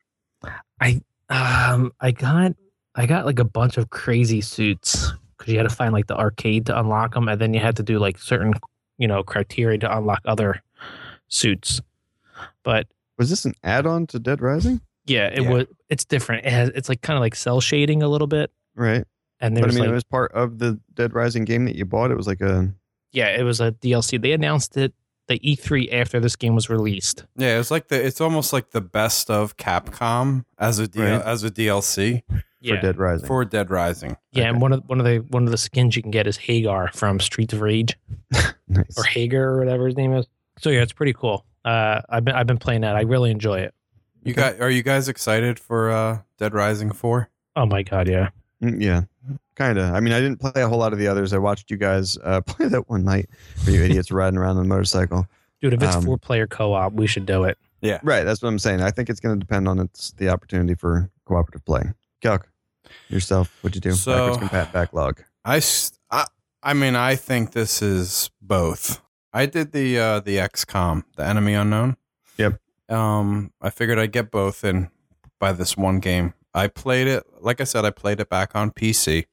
Um, I got I got like a bunch of crazy suits because you had to find like the arcade to unlock them, and then you had to do like certain you know criteria to unlock other suits. But was this an add on to Dead Rising? yeah, it Yeah. was it's different. It has it's like kind of like cell shading a little bit, Right. and But I there's mean, like it was part of the Dead Rising game that you bought. It was like a, yeah, it was a DLC. They announced it the E3 after this game was released. Yeah, it's like the it's almost like the best of Capcom as a D- Right. as a DLC. Yeah. for Dead Rising. for Dead Rising. Yeah, and one of one of the one of the skins you can get is Hagar from Streets of Rage nice. or Hagar or whatever his name is. So yeah, it's pretty cool. Uh, I've been I've been playing that. I really enjoy it. You got? Are you guys excited for uh, Dead Rising Four? Oh my god, yeah. Mm, Yeah, kind of. I mean, I didn't play a whole lot of the others. I watched you guys uh, play that one night where you idiots riding around on a motorcycle. Dude, if it's Um, four player co op, we should do it. Right, that's what I'm saying. I think it's going to depend on its the opportunity for cooperative play. Calc, yourself, what'd you do? So- Backwards compat backlog. I, s- I- I mean, I think this is both. I did the uh, the XCOM, the Enemy Unknown. Yep. Um, I figured I'd get both in by this one game. I played it, like I said, I played it back on PC.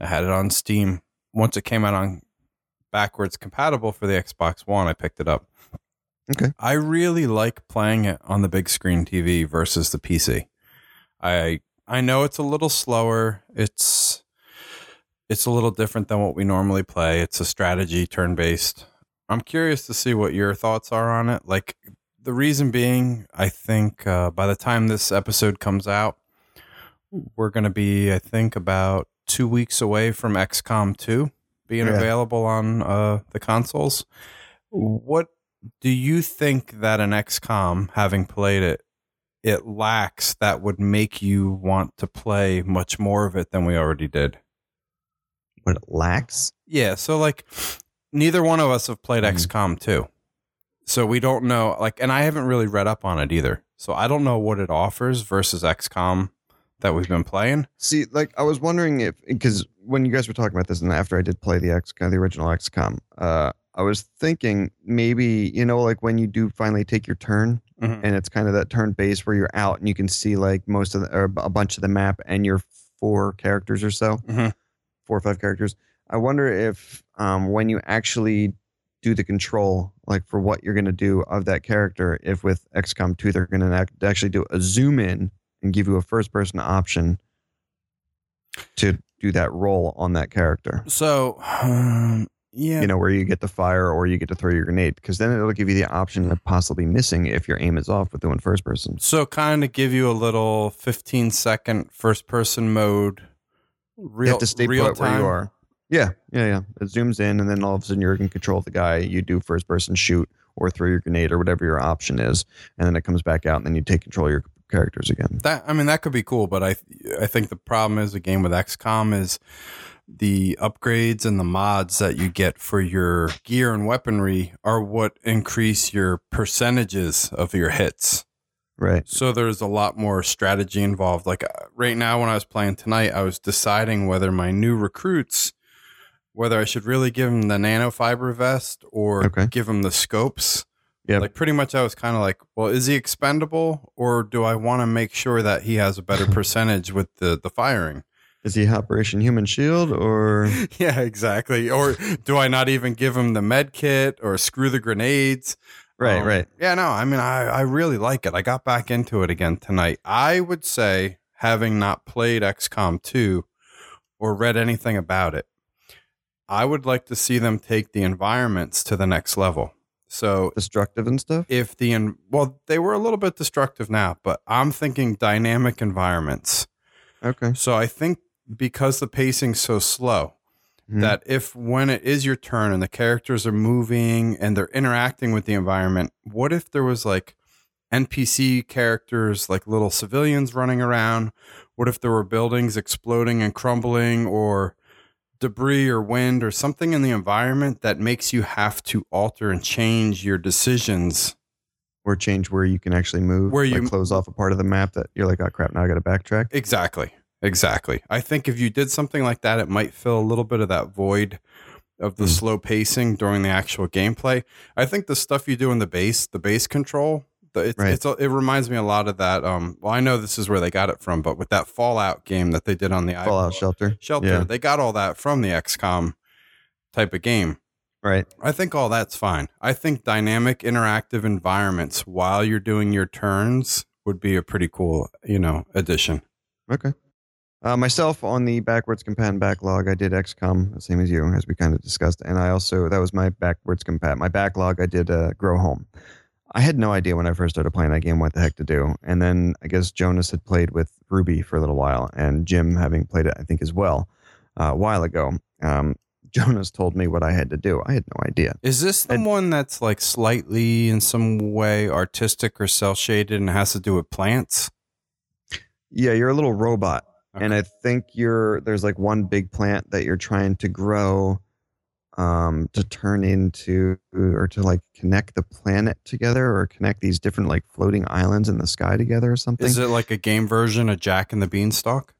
I had it on Steam. Once it came out on backwards compatible for the Xbox One, I picked it up. Okay. I really like playing it on the big screen TV versus the PC. I I know it's a little slower. It's it's a little different than what we normally play. It's a strategy turn based. I'm curious to see what your thoughts are on it. Like the reason being, I think uh, by the time this episode comes out, we're going to be, I think, about two weeks away from XCOM 2 being Yeah. available on uh, the consoles. What do you think that an XCOM, having played it, it lacks that would make you want to play much more of it than we already did? What it lacks? Yeah, so like neither one of us have played Mhm. XCOM 2. So we don't know like and I haven't really read up on it either. So I don't know what it offers versus XCOM that we've been playing. See, like I was wondering if because when you guys were talking about this, and after I did play the X, the original XCOM, uh, I was thinking maybe you know, like when you do finally take your turn, and it's kind of that turn base where you're out and you can see like most of the, or a bunch of the map and your four characters or so, Mhm. four or five characters. I wonder if um, when you actually do the control, like for what you're going to do of that character, if with XCOM 2 they're going to actually do a zoom in and give you a first person option to do that role on that character. So um, yeah. You know, where you get to fire or you get to throw your grenade, because then it'll give you the option of possibly missing if your aim is off with doing first person. so kind of give you a little 15 second first person mode real you have to stay real put where time. you are. Yeah, yeah, yeah. It zooms in, and then all of a sudden you're in control of the guy. You do first person shoot or throw your grenade or whatever your option is, and then it comes back out, and then you take control of your characters again. That I mean, that could be cool, but I I think the problem is a game with XCOM is the upgrades and the mods that you get for your gear and weaponry are what increase your percentages of your hits. Right. So there's a lot more strategy involved. Like uh, right now, when I was playing tonight, I was deciding whether my new recruits, whether I should really give them the nanofiber vest or Okay. give them the scopes. Yep. Like pretty much, I was kind of like, well, is he expendable, or do I want to make sure that he has a better percentage with the the firing? Is he Operation Human Shield or? yeah, exactly. Or do I not even give him the med kit or screw the grenades? Right, Um, right. Yeah, no, I mean, I, I really like it. I got back into it again tonight. I would say, having not played XCOM 2 or read anything about it, I would like to see them take the environments to the next level. So Destructive and stuff. if the, en- well, they were a little bit destructive now, but I'm thinking dynamic environments. Okay. So I think because the pacing's so slow, Mhm. that if when it is your turn and the characters are moving and they're interacting with the environment, what if there was like NPC characters, like little civilians running around? What if there were buildings exploding and crumbling or debris or wind or something in the environment that makes you have to alter and change your decisions? or change where you can actually move. Where like you- close off a part of the map that you're like, oh crap, now I got to backtrack. Exactly. Exactly. I think if you did something like that, it might fill a little bit of that void of the Mm. slow pacing during the actual gameplay. I think the stuff you do in the base, the base control, the, it's, Right. it's a, it reminds me a lot of that. Um, well, I know this is where they got it from, but with that Fallout game that they did on the iPhone- Fallout Shelter. Shelter, Yeah. they got all that from the XCOM type of game. Right. I think all that's fine. I think dynamic interactive environments while you're doing your turns would be a pretty cool, you know, addition. Okay. Uh, myself on the backwards compat backlog, I did XCOM, the same as you, as we kind of discussed, and I also that was my backwards compat. My backlog, I did uh, Grow Home. I had no idea when I first started playing that game what the heck to do. And then I guess Jonas had played with Ruby for a little while, and Jim, having played it, I think as well, uh, a while ago, um, Jonas told me what I had to do. I had no idea. Is this the And- one that's like slightly in some way artistic or cell shaded and has to do with plants? Yeah, you're a little robot, and Okay. I think you're there's like one big plant that you're trying to grow, um, to turn into or to like connect the planet together or connect these different like floating islands in the sky together or something. Is it like a game version of Jack and the Beanstalk?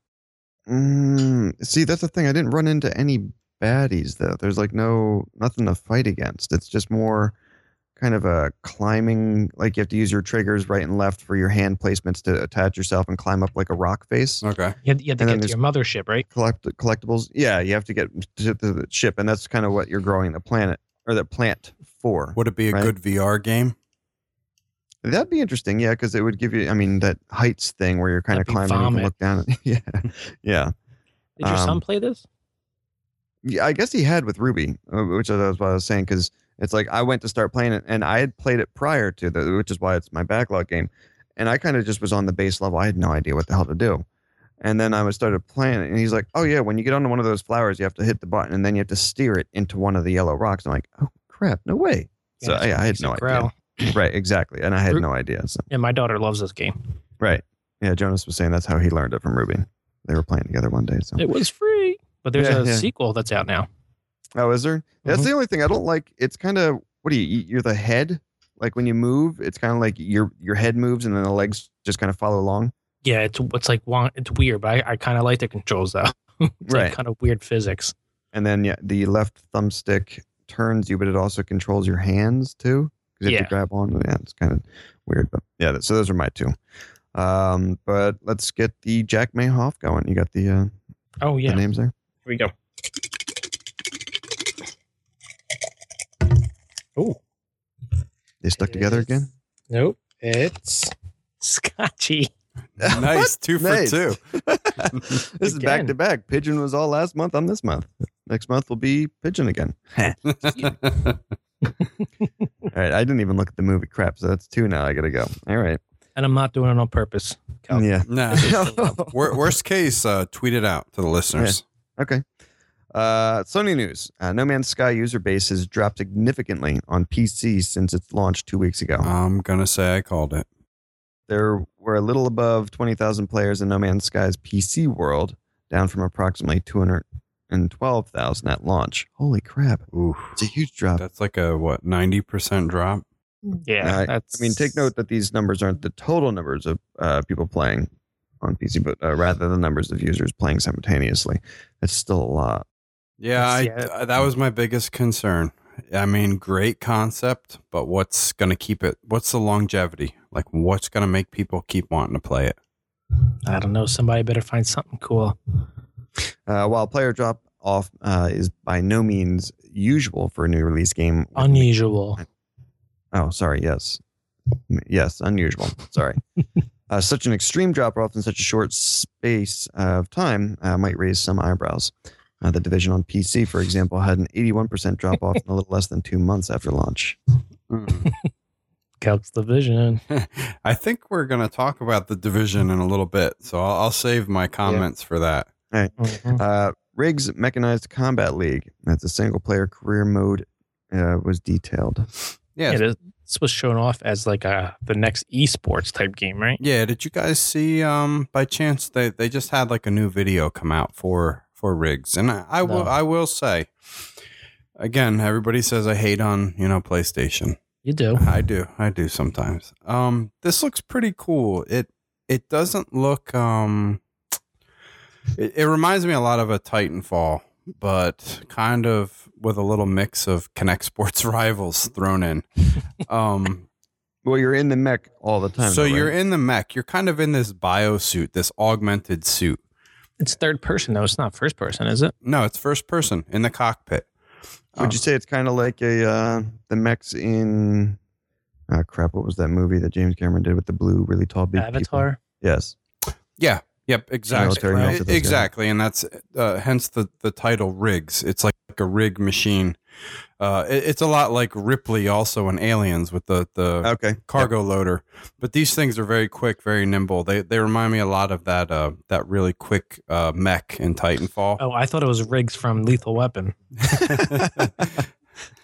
Mm, see, that's the thing. I didn't run into any baddies though. There's like no nothing to fight against. It's just more kind of a climbing. Like you have to use your triggers right and left for your hand placements to attach yourself and climb up like a rock face. Okay. You had, you had to And then get to your mothership, right? Collect collectibles. Yeah, you have to get to the ship, and that's kind of what you're growing the planet or the plant for. Would it be a Right. good VR game? That'd be interesting, yeah, because it would give you. I mean, that heights thing where you're kind of That'd be climbing and you vomit. can look down. At, yeah, yeah. Did your Um, son play this? yeah, I guess he had with Ruby, uh, which is what I was saying because it's like I went to start playing it and I had played it prior to the, which is why it's my backlog game, and I kind of just was on the base level. I had no idea what the hell to do, and then I was started playing it, and he's like, "Oh yeah, when you get onto one of those flowers, you have to hit the button, and then you have to steer it into one of the yellow rocks." I'm like, "Oh crap, no way!" So Yeah, yeah, I had Makes it no grow. idea, right? Exactly, and I had Ru- no idea. So And my daughter loves this game. right, yeah, Jonas was saying that's how he learned it from Ruby. They were playing together one day. So It was free. But there's Yeah, a yeah. sequel that's out now. Oh, is there? That's Mhm. the only thing I don't like. It's kind of what do you? You're the head. Like when you move, it's kind of like your your head moves and then the legs just kind of follow along. Yeah, it's it's like wa- it's weird, but I, I kind of like the controls though. it's Right. like kind of weird physics. And then yeah, the left thumbstick turns you, but it also controls your hands too. Because you have Yeah. to grab on. Yeah, it's kind of weird, but yeah. that- So those are my two. Um, but let's get the Jack Mayhoff going. You got the, uh, Oh yeah, the here names there. we go. Oh, They stuck together again. Nope, it's Scotchy. Nice. What? Two for Nice. two. this is back to Again. back. Pigeon was all last month. I'm this month. Next month will be pigeon again. All right, I didn't even look at the movie. Crap, so that's two now. I gotta go. All right. And I'm not doing it on purpose. Cal. Yeah. nah. Wor- worst case, uh, tweet it out to the listeners. okay. Uh, Sony news: uh, No Man's Sky user base has dropped significantly on PC since its launch two weeks ago. I'm gonna say I called it. There were a little above twenty thousand players in No Man's Sky's PC world, down from approximately two hundred and twelve thousand at launch. Holy crap! Ooh, It's a huge drop. that's like a what ninety percent drop. yeah. Uh, that's, I mean, take note that these numbers aren't the total numbers of uh, people playing on PC, but uh, rather the numbers of users playing simultaneously. That's still a lot. Yeah, I, Yes, uh, that was my biggest concern. I mean, great concept, but what's going to keep it? What's the longevity? Like, what's going to make people keep wanting to play it? I don't know. Somebody better find something cool. Uh, while player drop off uh, is by no means usual for a new release game. with- Unusual. Oh, sorry. Yes. Yes, unusual. Sorry. uh, such an extreme drop off in such a short space of time uh, might raise some eyebrows. Uh, the division on PC, for example, had an 81% drop off in a little less than two months after launch. Mm. Cal's the vision. I think we're going to talk about the division in a little bit, so I'll, I'll save my comments for that. Mhm. Uh, Riggs Mechanized Combat League. That's a single player career mode. Uh, was detailed. Yeah, Yeah, yeah. this, this was shown off as like a the next esports type game, right? did you guys see? Um, by chance, they they just had like a new video come out for for rigs, and I, I will No. I will say, again, everybody says I hate on you know PlayStation. You do. I do. I do sometimes. Um, this looks pretty cool. It it doesn't look um. It, it reminds me a lot of a Titanfall, but kind of with a little mix of Connect Sports rivals thrown in. Um, Well, you're in the mech all the time. so though, you're right? in the mech. You're kind of in this bio suit, this augmented suit. It's third person though. It's not first person, is it? No, it's first person in the cockpit. Would you say it's kind of like a uh, the mechs in? Uh, crap! What was that movie that James Cameron did with the blue, really tall, big people? Avatar. Yes. Yeah. Yep. Exactly. military Right. method is, yeah. Exactly, and that's uh, hence the the title rigs. It's like like a rig machine. Uh, it- it's a lot like Ripley, also in Aliens, with the the Okay. cargo loader. But these things are very quick, very nimble. They they remind me a lot of that uh that really quick uh mech in Titanfall. Oh, I thought it was Riggs from Lethal Weapon.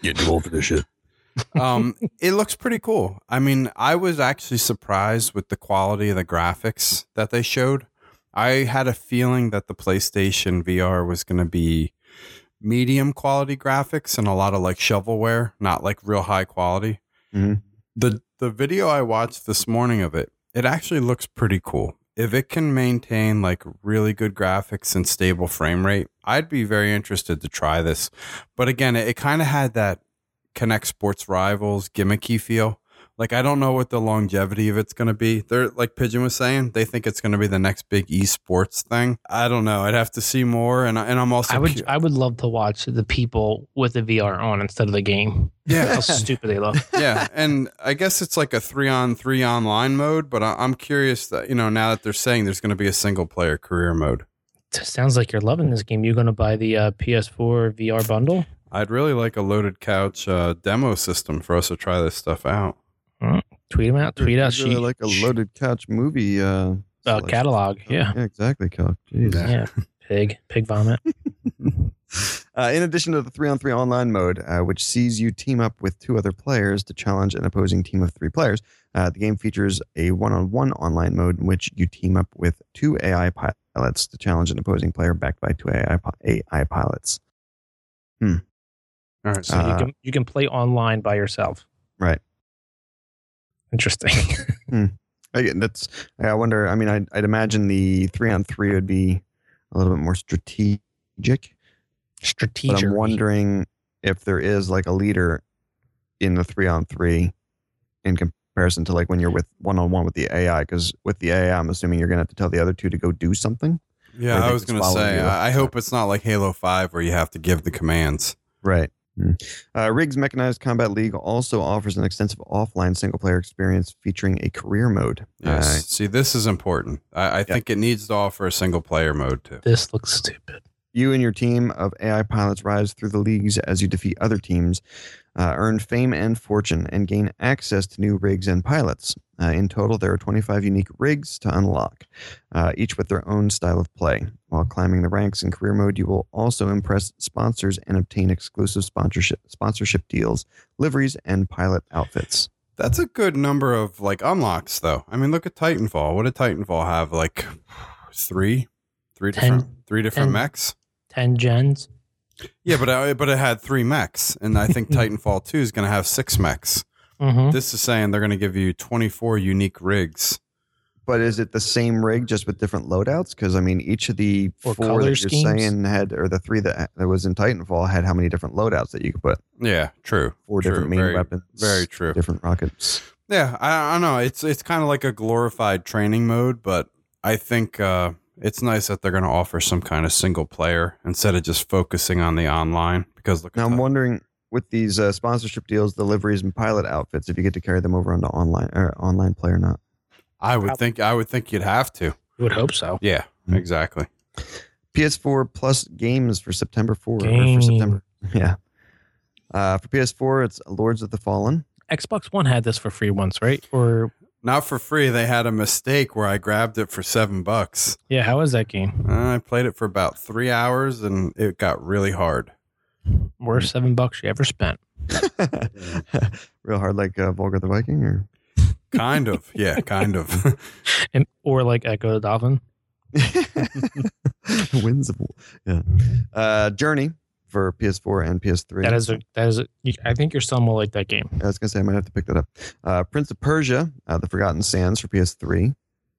Get too old for this shit. um, it looks pretty cool. I mean, I was actually surprised with the quality of the graphics that they showed. I had a feeling that the PlayStation VR was going to be medium quality graphics and a lot of like shovelware, not like real high quality. Mhm. The the video I watched this morning of it, it actually looks pretty cool. If it can maintain like really good graphics and stable frame rate, I'd be very interested to try this. But again, it, it kind of had that Connect Sports Rivals gimmicky feel. Like I don't know what the longevity of it's going to be. They're like Pigeon was saying, they think it's going to be the next big esports thing. I don't know. I'd have to see more, and I- and I'm also I would cu- I would love to watch the people with the VR on instead of the game. yeah How stupid they look. yeah, and I guess it's like a three on three online mode, but I, I'm curious that you know now that they're saying there's going to be a single player career mode. Sounds like you're loving this game. You're going to buy the uh, PS4 VR bundle. I'd really like a loaded couch uh, demo system for us to try this stuff out. Tweet them out. Tweet I'd us. really like a loaded couch movie uh, uh, selection. catalog. Yeah. yeah, exactly. Couch. Jeez. Yeah. Yeah. Pig. Pig vomit. Uh, in addition to the three on three online mode, uh, which sees you team up with two other players to challenge an opposing team of three players, uh, the game features a one on one online mode in which you team up with two AI pilots to challenge an opposing player backed by two AI, pi- AI pilots. All right, So you, Uh, can, you can play online by yourself. Right. Interesting. Again, that's, I wonder, I mean, I'd, I'd imagine the three on three would be a little bit more strategic. Strategic. but I'm wondering if there is like a leader in the three on three in comparison to like when you're with one on one with the AI. Because with the AI, I'm assuming you're gonna have to tell the other two to go do something. yeah, They I think was it's going to following say, you. I, I hope it's not like Halo Five where you have to give the commands. Right. Uh, Riggs Mechanized Combat League also offers an extensive offline single player experience featuring a career mode. Uh, Yes, see, this is important. I, I think it needs to offer a single player mode too. This looks stupid. You and your team of AI pilots rise through the leagues as you defeat other teams, uh, earn fame and fortune, and gain access to new rigs and pilots. Uh, in total, there are 25 unique rigs to unlock, uh, each with their own style of play. While climbing the ranks in career mode, you will also impress sponsors and obtain exclusive sponsorship sponsorship deals, liveries, and pilot outfits. That's a good number of like unlocks, though. I mean, look at Titanfall. What did Titanfall have? Like three, three Ten. different, three different Ten. mechs. 10 gens. Yeah, but I, but it had three mechs, and I think Titanfall Two is going to have six mechs. Mm-hmm. This is saying they're going to give you twenty four unique rigs. But is it the same rig just with different loadouts? Because I mean, each of the Or four color that you're schemes? saying had, or the three that, that was in Titanfall had how many different loadouts that you could put? Yeah, true. four true, different main very, weapons. Very true. Different rockets. Yeah, I, I don't know. It's it's kind of like a glorified training mode, but I think uh, it's nice that they're going to offer some kind of single player instead of just focusing on the online. Because look, at Now I'm Titanfall. wondering with these uh, sponsorship deals, deliveries, and pilot outfits, if you get to carry them over onto online or online play or not. I would think I would think you'd have to. Would hope so. Yeah, Mm. exactly. PS4 Plus games for September 4 or for September. Yeah. Uh, for PS4, it's Lords of the Fallen. Xbox One had this for free once, right? Or, Not for free. They had a mistake where I grabbed it for seven bucks. yeah, how is that game? Uh, I played it for about three hours and it got really hard. Worst seven bucks you ever spent. Mm. Real hard, like uh, Vulgar the Viking, or Kind of. yeah, kind of. And, or like Echo the Dolphin. Winds of War. Yeah. Uh, Journey for PS4 and PS3. That is a, that is a, you- I think your son will like that game. I was gonna say I might have to pick that up. Uh, Prince of Persia, uh, The Forgotten Sands for PS3.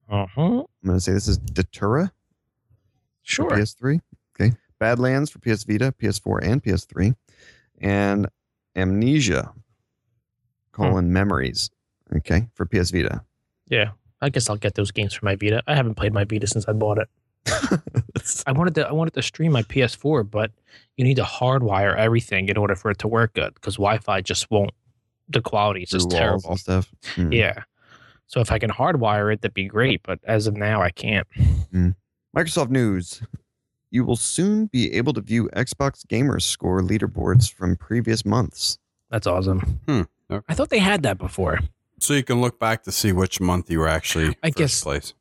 I'm Uh-huh. gonna say this is Datura for Sure. PS3. Okay. Badlands for PS Vita, PS4, and PS3, and Amnesia: Hmm. colon Memories. Okay, for PS Vita. Yeah. I guess I'll get those games for my Vita. I haven't played my Vita since I bought it. I wanted to I wanted to stream my PS4, but you need to hardwire everything in order for it to work good because Wi-Fi just won't. The quality is Through just walls terrible. and stuff. Mm. Yeah. So if I can hardwire it, that'd be great. But as of now, I can't. Microsoft News. you will soon be able to view Xbox Gamer score leaderboards from previous months. That's awesome. Hmm. Oh. Okay. I thought they had that before. So you can look back to see which month you were actually I first guess- place.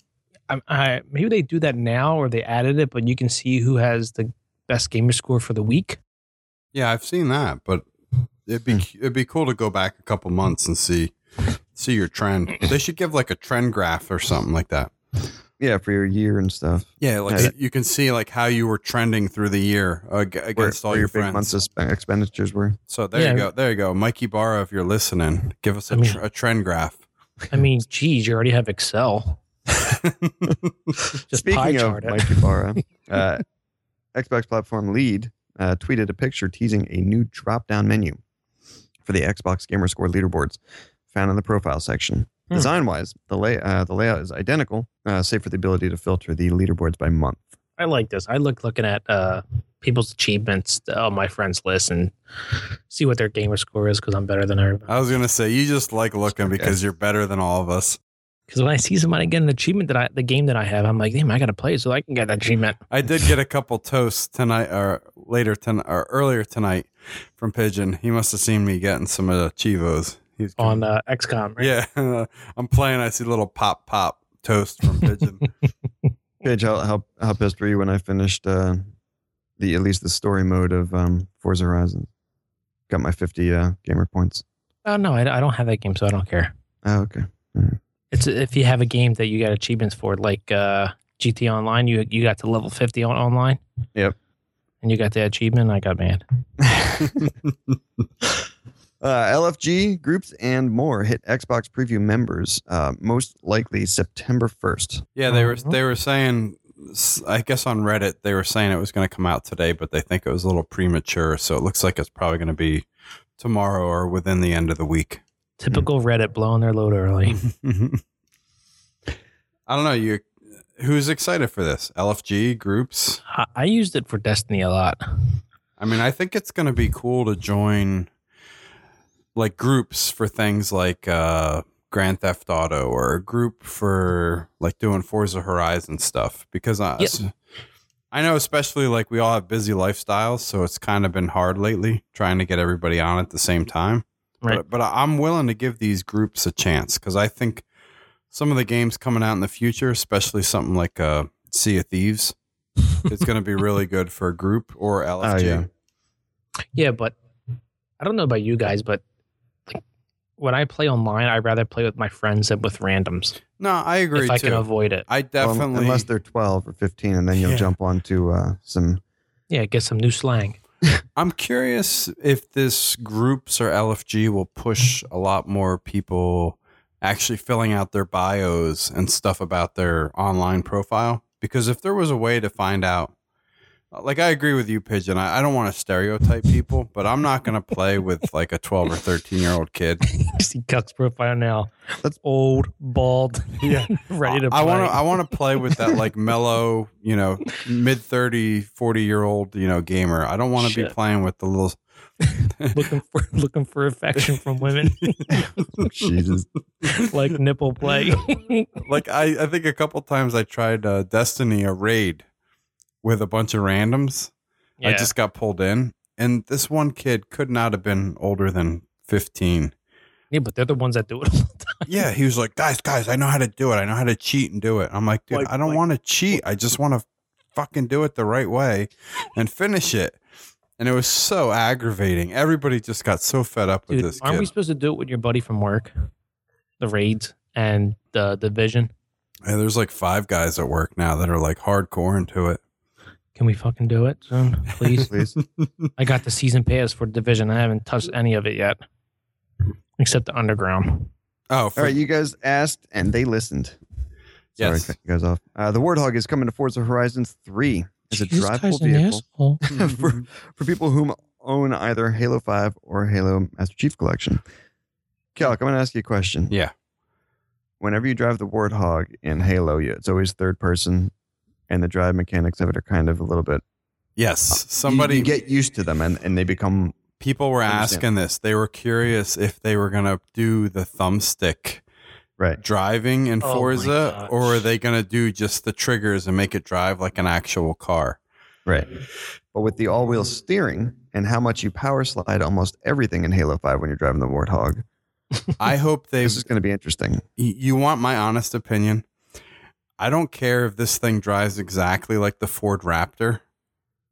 I, I, maybe they do that now or they added it, but you can see who has the best gamer score for the week. Yeah, I've seen that, but it'd Hmm. be it'd be cool to go back a couple months and see see your trend. They should give like a trend graph or something like that. Yeah, for your year and stuff. Yeah, like Yeah. you can see like how you were trending through the year ag- against Where, all where your your big friends. months of spe- expenditures were. so there Yeah. you go, there you go, Mikey Barra, if you're listening, give us a, I mean- tr- a trend graph. I mean, geez, you already have Excel. Just pie Speaking of chart it. Mike Ibarra, uh, Xbox platform lead uh, tweeted a picture teasing a new drop-down menu for the Xbox Gamer Score leaderboards found in the profile section. Hmm. Design-wise, the, lay, uh, the layout is identical, uh, save for the ability to filter the leaderboards by month. I like this. I like looking at uh, people's achievements uh, on my friends list and see what their gamer score is because I'm better than everybody. I was gonna say you just like looking because you're better than all of us. Because when I see somebody get an achievement that I, the game that I have, I'm like, damn, I got to play so I can get that achievement. I did get a couple toasts tonight or later tonight or earlier tonight from Pigeon. He must have seen me getting some of the Chivos. He's on uh, XCOM. Right? Yeah, I'm playing. I see little pop pop toast from Pigeon. Paige, how, how, how pissed were you when I finished uh, the at least the story mode of um, Forza Horizon? Got my 50 uh, gamer points. Oh no, I, I don't have that game, so I don't care. Oh, okay. It's if you have a game that you got achievements for, like uh, GT Online, you you got to level fifty on online. Yep. And you got the achievement. I got mad. Uh, LFG groups and more hit Xbox preview members uh, most likely September 1st. yeah, they were Uh-huh. they were saying. I guess on Reddit they were saying it was going to come out today, but they think it was a little premature. So it looks like it's probably going to be tomorrow or within the end of the week. Typical Reddit blowing their load Hmm. early. I don't know. You who's excited for this? LFG groups. I, I used it for Destiny a lot. I mean, I think it's going to be cool to join like groups for things like uh, Grand Theft Auto or a group for like doing Forza Horizon stuff because I, Yeah. I know, especially like we all have busy lifestyles, so it's kind of been hard lately trying to get everybody on at the same time. Right. But, but I'm willing to give these groups a chance because I think some of the games coming out in the future, especially something like uh, Sea of Thieves, it's going to be really good for a group or LFG. yeah. Yeah, but I don't know about you guys, but like when I play online, I'd rather play with my friends than with randoms No, I agree if I too. can avoid it. I Well, definitely Um, unless they're 12 or 15, and then you'll Yeah. jump on to uh, some. Yeah, get some new slang. I'm curious if this groups or LFG will push a lot more people actually filling out their bios and stuff about their online profile. Because if there was a way to find out, like I agree with you, Pigeon. I, I don't want to stereotype people, but I'm not going to play with like a 12 or 13 year old kid. See Cuck's profile now. That's- That's old, bald, Yeah. ready to. I play. want to I want to play with that like mellow, you know, mid 30, 40 year old, you know, gamer. I don't want to be Shit. playing with the little looking for looking for affection from women Jesus. like nipple play. like I, I think a couple times I tried uh, Destiny a raid with a bunch of randoms. I just got pulled in, and this one kid could not have been older than fifteen. yeah, but they're the ones that do it all the time. Yeah, he was like, "Guys, guys, I know how to do it. I know how to cheat and do it." I'm like, "Dude, Like- I don't like- want to cheat. I just want to fucking do it the right way and finish it." And it was so aggravating. Everybody just got so fed up with Dude, this aren't kid. we supposed to do it with your buddy from work? The raids and the division. Yeah, there's like five guys at work now that are like hardcore into it. Can we fucking do it soon, please? Please. I got the season pass for the division. I haven't touched any of it yet, except the underground. Oh, All for, right, you guys asked, and they listened. Sorry, Yes. I cut you guys off. Uh, the Warthog is coming to Forza Horizons 3 as a Jesus, drivable guy's an vehicle asshole. for, for people whom own either Halo 5 or Halo Master Chief Collection. Calc, I'm going to ask you a question. yeah. whenever you drive the Warthog in Halo, you, it's always third person, and the drive mechanics of it are kind of a little bit. Yes, somebody Uh, you, you get used to them, and, and they become people were Understand. asking this. They were curious if they were going to do the thumbstick right. driving in Oh my Forza gosh. or are they going to do just the triggers and make it drive like an actual car. Right. But with the all wheel steering and how much you power slide almost everything in Halo 5 when you're driving the Warthog, I hope they. this is going to be interesting. y- you want my honest opinion? I don't care if this thing drives exactly like the Ford Raptor.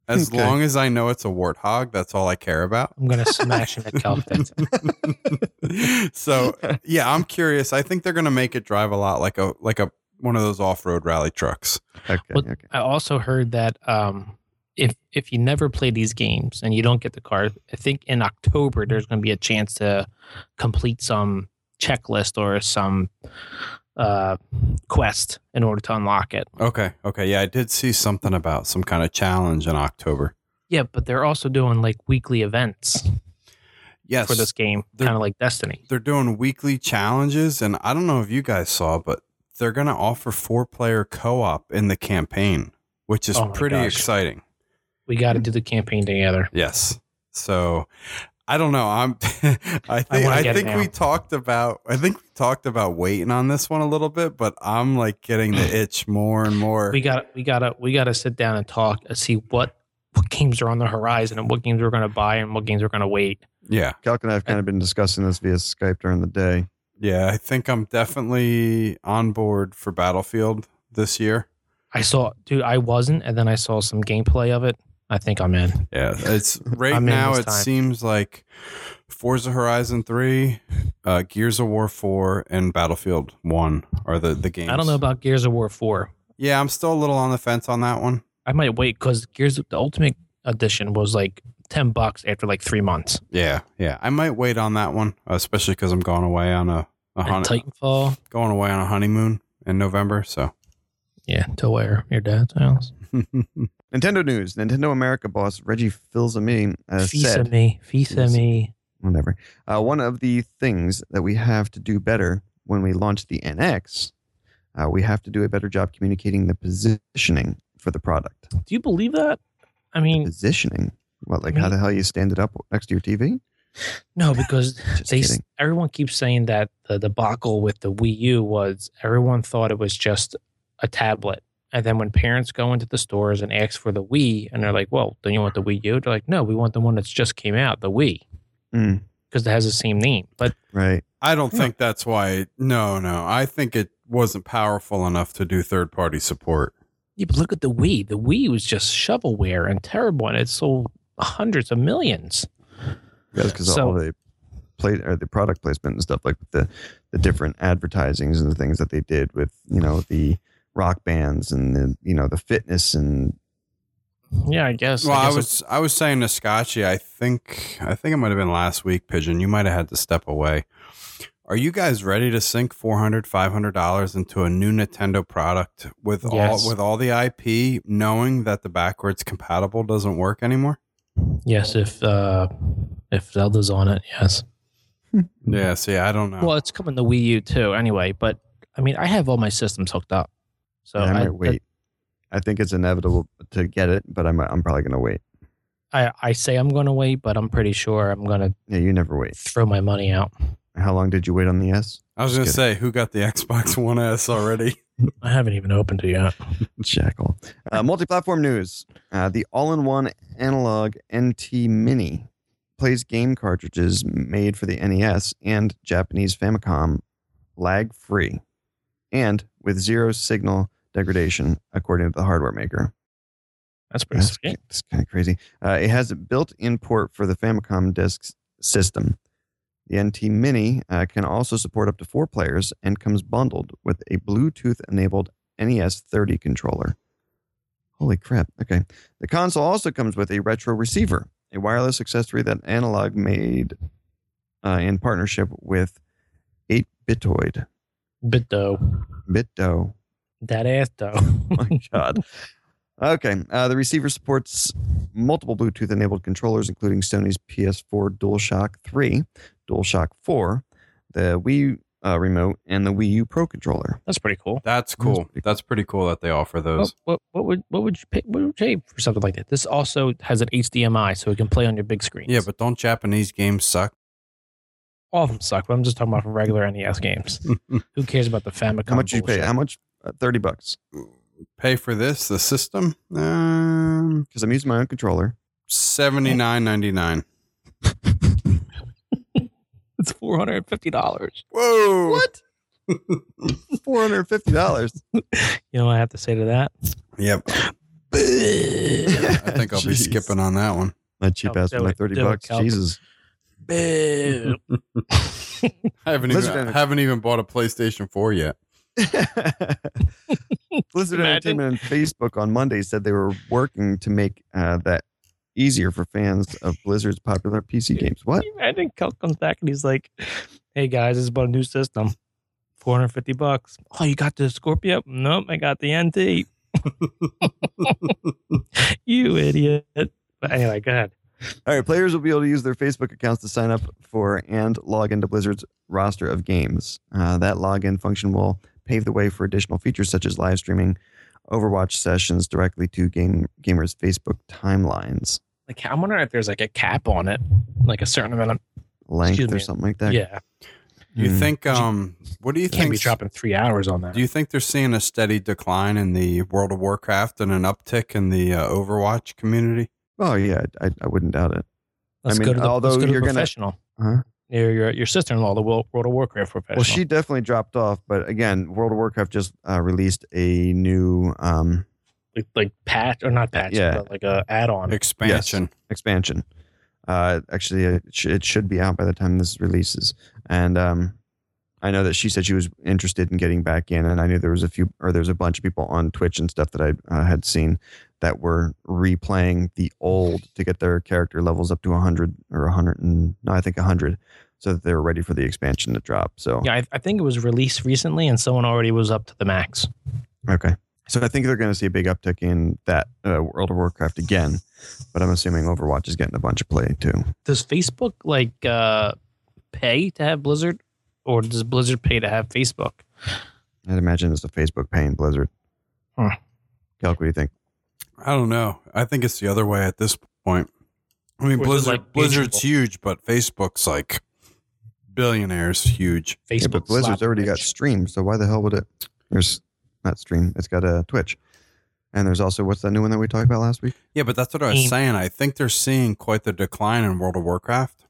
As Okay. long as I know it's a warthog, that's all I care about. I'm gonna smash him at Calfit. so yeah, I'm curious. I think they're gonna make it drive a lot like a like a one of those off road rally trucks. Okay. Well, okay. I also heard that um, if if you never play these games and you don't get the car, I think in October there's going to be a chance to complete some checklist or some uh, quest in order to unlock it. Okay, okay, yeah, I did see something about some kind of challenge in October. Yeah, but they're also doing like weekly events Yes, for this game, They're- kind of like Destiny. they're doing weekly challenges, and I don't know if you guys saw, but they're gonna offer four player co op in the campaign, which is Oh my pretty gosh. exciting. We got to do the campaign together. Yes. So I don't know. I'm I think wanna I, get it think we now. talked about I think we talked about waiting on this one a little bit, but I'm like getting the itch more and more. We got we gotta we gotta sit down and talk and see what what games are on the horizon and what games we're gonna buy and what games we're gonna wait. yeah. Calc and I have kind of been discussing this via Skype during the day. Yeah, I think I'm definitely on board for Battlefield this year. I saw, dude, I wasn't, and then I saw some gameplay of it. I think I'm in. Yeah. It's right I'm in now this it time. seems like Forza Horizon 3, uh, Gears of War 4 and Battlefield 1 are the the games. I don't know about Gears of War Four. Yeah, I'm still a little on the fence on that one. I might wait because Gears the Ultimate Edition was like ten bucks after like three months. Yeah, yeah. I might wait on that one, uh, especially because I'm going away on a, a And honey, Titanfall, going away on a honeymoon in November. So yeah, to where your dad's house. Nintendo news Nintendo America boss Reggie Fils-Aimé uh, Fisa said, me, Fisa Yes. me. whatever, uh, one of the things that we have to do better when we launch the NX, uh, we have to do a better job communicating the positioning for the product. Do you believe that? I mean, Positioning? What, like how Me- the hell you stand it up next to your TV? no, because Just they kidding. everyone keeps saying that the debacle with the Wii U was everyone thought it was just a tablet. And then when parents go into the stores and ask for the Wii, and they're like, "Well, don't you want the Wii U?" They're like, "No, we want the one that's just came out, the Wii, Mm, because it has the same name." But right. I don't think that's why. No, no. I think it wasn't powerful enough to do third party support. yeah, but look at the Wii. The Wii was just shovelware and terrible, and it sold hundreds of millions. because So- all the play or the product placement and stuff like the the different advertisings and the things that they did with you know the rock bands and the you know the fitness and Yeah, I guess. Well, I guess was I was saying to Scotchy, I think I think it might have been last week, Pigeon. You might have had to step away. Are you guys ready to sink 400 dollars into a new Nintendo product with Yes. all with all the IP, knowing that the backwards compatible doesn't work anymore? yes, if uh, if Zelda's on it, yes. Yeah, see, I don't know. Well, it's coming to Wii U too, anyway. But I mean, I have all my systems hooked up, so I might I, wait. I think it's inevitable to get it, but I'm I'm probably gonna wait. I, I say I'm going to wait, but I'm pretty sure I'm going to Yeah, you never wait. throw my money out. How long did you wait on the S? I was Just going to say, who got the Xbox One S already? I haven't even opened it yet. Jackal. Uh, multi-platform news: uh, the all-in-one analog NT Mini plays game cartridges made for the NES and Japanese Famicom, lag-free, and with zero signal degradation, according to the hardware maker. That's pretty That's, sweet. kind of crazy. Uh, it has a built-in port for the Famicom disc system. The NT Mini uh, can also support up to four players and comes bundled with a Bluetooth-enabled NES 30 controller. Holy crap. Okay. The console also comes with a retro receiver, a wireless accessory that Analog made uh, in partnership with 8Bitoid. Bit though, Bitdo. that ass though. Oh my god. Okay, uh, the receiver supports multiple Bluetooth-enabled controllers, including Sony's PS4 DualShock 3, DualShock 4, the Wii uh, remote, and the Wii U Pro controller. That's pretty cool. That's cool. That's pretty Oh, cool that they offer What, those. what, what would what would you pay, what would you pay for something like that? This also has an HDMI, so it can play on your big screen. Yeah, but don't Japanese games suck? all of them suck. But I'm just talking about regular NES games. Who cares about the Famicom? How much did you pay? bullshit? How much? Uh, Thirty bucks. Pay for this, the system? Um, because I'm using my own controller. Seventy nine ninety nine. It's four hundred and fifty dollars. Whoa! What? Four hundred and fifty dollars. You know what I have to say to that? Yep. I think I'll be skipping on that one. My cheap Oh, ass do for my it, thirty do it, bucks. Cal. Jesus. Boo. I haven't even Blizzard Entertainment. haven't even bought a PlayStation Four yet. Blizzard Imagine. Entertainment and Facebook on Monday said they were working to make uh, that easier for fans of Blizzard's popular PC games. What? Imagine Kel comes back and he's like, "Hey guys, it's about a new system. Four hundred fifty bucks. Oh, you got the Scorpio? Nope, I got the NT. you idiot." But anyway, go ahead. All right, players will be able to use their Facebook accounts to sign up for and log into Blizzard's roster of games. Uh, that login function will pave the way for additional features such as live streaming Overwatch sessions directly to game gamers' Facebook timelines, Like, I'm wondering if there's like a cap on it, like a certain amount of. length Excuse or me. something like that. Yeah, You Hmm. think? Um, what do you you can't be think? dropping three hours on that. Do you think they're seeing a steady decline in the World of Warcraft and an uptick in the uh, Overwatch community? Oh yeah, I, I wouldn't doubt it. Let's I mean, go to the, although let's go to you're the gonna- professional. Huh? Your, your your sister-in-law, the World, World of Warcraft professional. Well, she definitely dropped off, but again, World of Warcraft just uh, released a new um, like, like patch or not patch, Yeah. but like a add-on. Expansion. expansion. Uh, actually, it, sh- it should be out by the time this releases. And um, I know that she said she was interested in getting back in, and I knew there was a few or there's a bunch of people on Twitch and stuff that I uh, had seen that were replaying the old to get their character levels up to 100 or 100 and no, I think 100, so that they were ready for the expansion to drop. So Yeah, I, I think it was released recently, and someone already was up to the max. Okay. So I think they're going to see a big uptick in that uh, World of Warcraft again, but I'm assuming Overwatch is getting a bunch of play too. Does Facebook like uh, pay to have Blizzard, or does Blizzard pay to have Facebook? I'd imagine it's the Facebook paying Blizzard. Hmm. Kelk, what do you think? I don't know. I think it's the other way at this point. I mean, Which is Blizzard like Blizzard's Patriot. huge, but Facebook's like billionaires huge. Facebook. yeah, but Blizzard's slapped already got Twitch. Stream, so why the hell would it? There's not Stream. It's got a Twitch, and there's also what's that new one that we talked about last week? Yeah, but that's what I was Aim. saying. I think they're seeing quite the decline in World of Warcraft,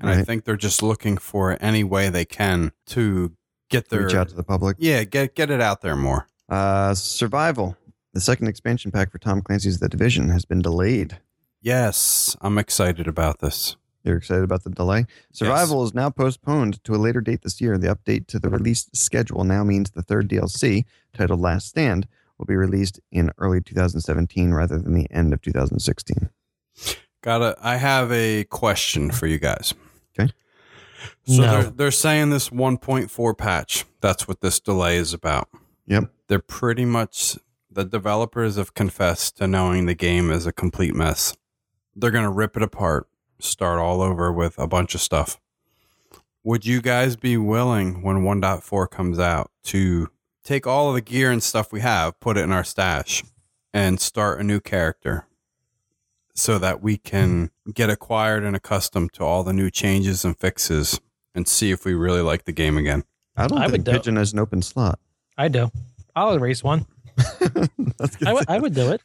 and I Right. think they're just looking for any way they can to get their Reach out to the public. yeah get get it out there more. Uh, Survival, the second expansion pack for Tom Clancy's The Division, has been delayed. Yes, I'm excited about this. You're excited about the delay? Survival is now postponed to a later date this year. The update to the release schedule now means the third DLC, titled Last Stand, will be released in early 2017 rather than the end of 2016. Gotta. I have a question for you guys. Okay. So No. they're, they're saying this 1.4 patch. That's what this delay is about. Yep. They're pretty much the developers have confessed to knowing the game is a complete mess. They're gonna rip it apart, start all over with a bunch of stuff. Would you guys be willing when 1.4 comes out to take all of the gear and stuff we have, put it in our stash, and start a new character so that we can get acquired and accustomed to all the new changes and fixes and see if we really like the game again. I don't I would think doubt- Pigeon has an open slot. I do. I'll erase one. That's good. I would- I would do it.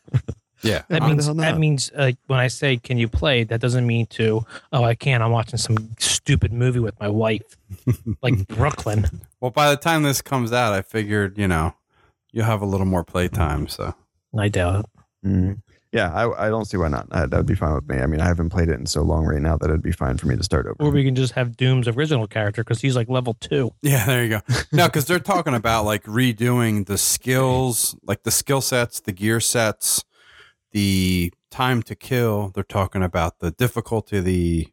Yeah. That Why the means hell that not? means uh, when I say can you play, that doesn't mean to oh I can't. I'm watching some stupid movie with my wife, like Brooklyn. Well, by the time this comes out, I figured, you know, you'll have a little more playtime. So, I doubt it. Mm. Yeah, I, I don't see why not. Uh, that would be fine with me. I mean, I haven't played it in so long right now that it'd be fine for me to start over. Or we can just have Doom's original character because he's like level two. yeah, there you go. No, because they're talking about like redoing the skills, like the skill sets, the gear sets, the time to kill. They're talking about the difficulty of the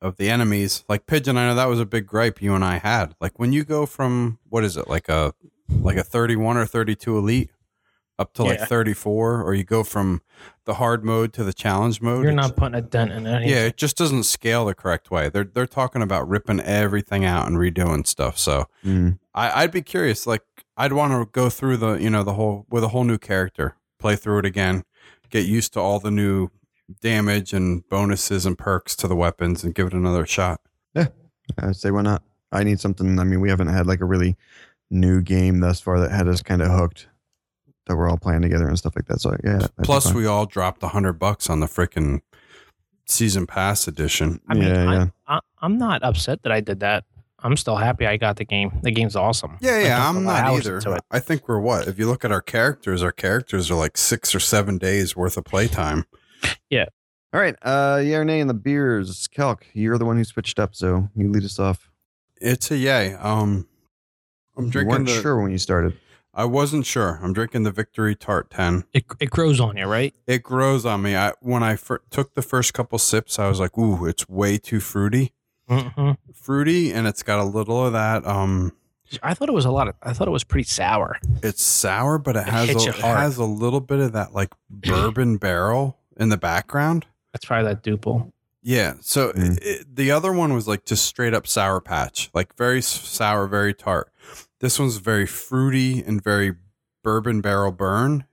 of the enemies. Like Pigeon, I know that was a big gripe you and I had. Like when you go from what is it, like a like a thirty one or thirty two elite up to like Yeah. thirty four, or you go from the hard mode to the challenge mode. You're it's- not putting a dent in any. yeah, it just doesn't scale the correct way. They're they're talking about ripping everything out and redoing stuff. So Mm. I, I'd be curious. Like, I'd want to go through the, you know, the whole with a whole new character, play through it again, get used to all the new damage and bonuses and perks to the weapons, and give it another shot. I'd say why not? I need something. I mean, we haven't had like a really new game thus far that had us kind of hooked. that we're all playing together and stuff like that. So yeah. that'd be Plus, fun. we all dropped a hundred bucks on the freaking season pass edition. I mean, Yeah, I, yeah. I, I'm not upset that I did that. I'm still happy I got the game. The game's awesome. Yeah, I yeah, dumped a I'm lot of not hours either. into it. I think we're what? If you look at our characters, our characters are like six or seven days worth of playtime. All right. Uh, yeah or nay in the beers. Calc, you're the one who switched up, so you lead us off. It's a yay. Um, I'm You drinking weren't the. sure when you started. I wasn't sure. I'm drinking the Victory Tart 10. It, it grows on you, right? It grows on me. I when I fir- took the first couple sips, I was like, "Ooh, it's way too fruity, hmm fruity," and it's got a little of that. Um, I thought it was a lot of. I thought it was pretty sour. it's sour, but it has hits a, you it hard. has a little bit of that like bourbon barrel in the background. That's probably that duple. Yeah. So i- Mm. i- the other one was like just straight up sour patch, like very s- sour, very tart. This one's very fruity and very bourbon barrel burn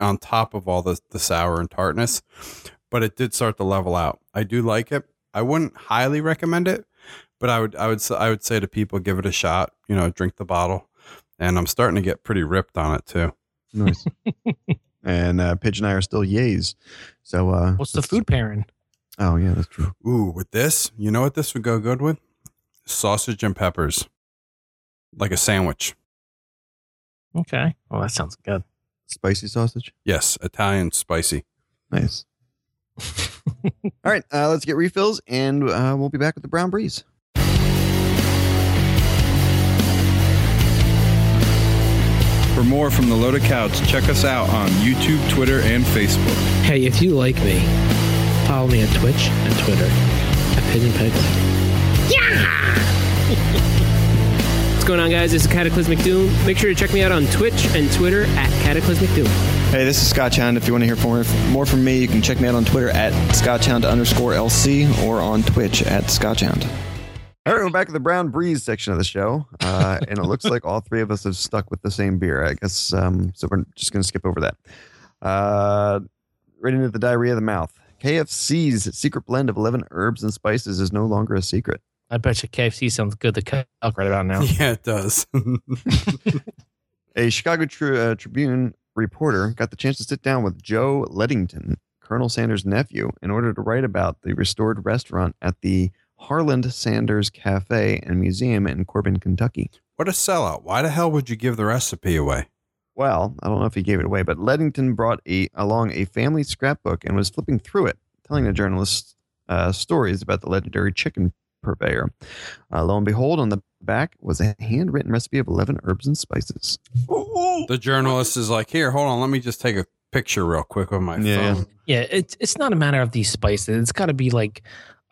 on top of all the, the sour and tartness. But it did start to level out. I do like it. I wouldn't highly recommend it, but I would I would s- I would say to people give it a shot, you know, drink the bottle. And I'm starting to get pretty ripped on it too. Nice. and uh, Pidge and I are still yays. So uh, What's the let's- food pairing? Oh yeah, that's true. Ooh, with this, you know what this would go good with? Sausage and peppers. Like a sandwich. Okay. Well, that sounds good. Spicy sausage. Yes, Italian spicy. Nice. All right, uh, let's get refills, and uh, we'll be back with the brown breeze. For more from the Loaded Couch, check us out on YouTube, Twitter, and Facebook. Hey, if you like me, follow me on Twitch and Twitter at Pigeon Pegleg. Yeah! What's going on, guys? This is Cataclysmic Doom. Make sure to check me out on Twitch and Twitter at Cataclysmic Doom. Hey, this is Scott Hound. If you want to hear more, more from me, you can check me out on Twitter at Scotchhound underscore LC or on Twitch at Scotchhound. All right, we're back to the brown breeze section of the show, uh, and it looks like all three of us have stuck with the same beer. I guess um, so. We're just going to skip over that. Uh, right into the diarrhea of the mouth. KFC's secret blend of eleven herbs and spices is no longer a secret. I bet you KFC sounds good to cut elk right about now. Yeah, it does. A Chicago tri- uh, Tribune reporter got the chance to sit down with Joe Lettington, Colonel Sanders' nephew, in order to write about the restored restaurant at the Harland Sanders Cafe and Museum in Corbin, Kentucky. what a sellout. Why the hell would you give the recipe away? Well, I don't know if he gave it away, but Lettington brought a, along a family scrapbook and was flipping through it, telling the journalist uh, stories about the legendary chicken purveyor. Uh, lo and behold, on the back was a handwritten recipe of 11 herbs and spices. The journalist is like, here, hold on, let me just take a picture real quick with my Yeah. phone. Yeah, it's it's not a matter of these spices. It's got to be like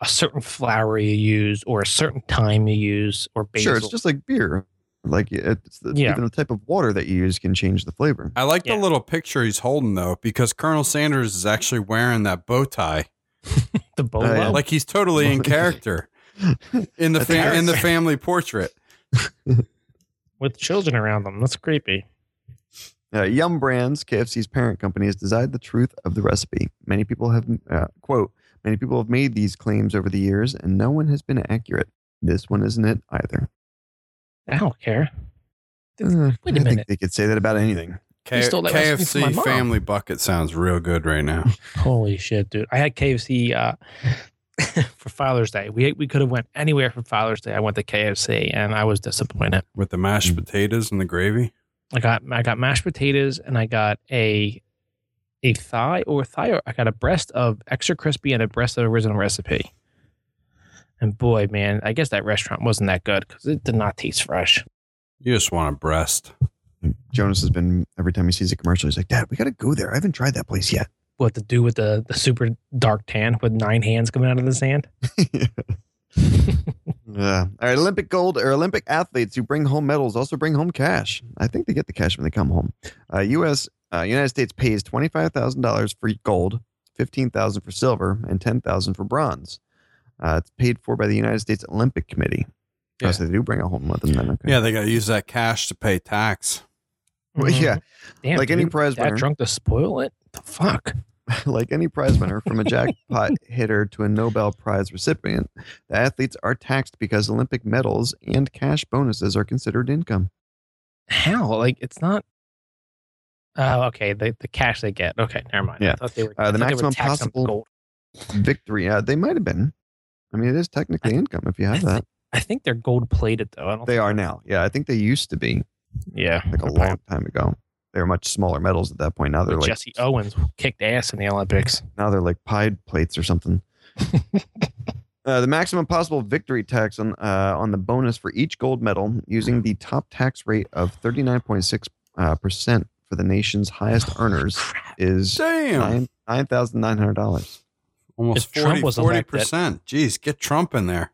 a certain flour you use, or a certain time you use, or basil. Sure, it's just like beer. Like it's the, Yeah. even the type of water that you use can change the flavor. I like Yeah. the little picture he's holding though, because Colonel Sanders is actually wearing that bow tie. the bolo. Oh, yeah. Like he's totally in character in the fam- in the family portrait. with children around them. That's creepy. Uh, Yum Brands, KFC's parent company, has desired the truth of the recipe. Many people have, uh, quote, many people have made these claims over the years, and no one has been accurate. This one isn't it either. I don't care. Uh, Wait a I think minute. they could say that about anything. K- stole that recipe from my KFC mom. family bucket sounds real good right now. Holy shit, dude! I had KFC uh, for Father's Day. We we could have went anywhere for Father's Day. I went to KFC, and I was disappointed. With the mashed potatoes and the gravy. I got I got mashed potatoes, and I got a a thigh or thigh. Or I got a breast of extra crispy and a breast of original recipe. And boy, man, I guess that restaurant wasn't that good because it did not taste fresh. You just want a breast. Jonas has been every time he sees a commercial, he's like, "Dad, we got to go there. I haven't tried that place yet." What to do with the the super dark tan with nine hands coming out of the sand? Yeah. All right. Olympic gold or Olympic athletes who bring home medals also bring home cash. I think they get the cash when they come home. Uh, U.S. Uh, United States pays twenty five thousand dollars for gold, fifteen thousand for silver, and ten thousand for bronze. Uh, it's paid for by the United States Olympic Committee. Oh, Yeah. so they do bring it home with them then. Okay. Yeah, they gotta use that cash to pay tax. Well, Mm-hmm. yeah. Mm-hmm. Damn, Like any dude, prize that winner. drunk to spoil it. The fuck. like any prize winner, from a jackpot hitter to a Nobel Prize recipient, the athletes are taxed because Olympic medals and cash bonuses are considered income. How? Like it's not. Oh, okay. The the cash they get. Okay, never mind. Yeah. I thought they were, Uh, the I thought they were maximum taxed on possible- gold. Victory. Uh, they might have been. I mean, it is technically income if you have I that. I think they're gold plated though. I don't. They are now. Yeah, I think they used to be yeah. like a long time ago. They were much smaller medals at that point. Now they're like Jesse Owens kicked ass in the Olympics. now they're like pied plates or something. Uh, the maximum possible victory tax on uh, on the bonus for each gold medal using the top tax rate of 39.6 uh, percent for the nation's highest earners is Damn. nine nine thousand nine hundred dollars. Almost If Trump 40, was elected- percent Jeez, get Trump in there.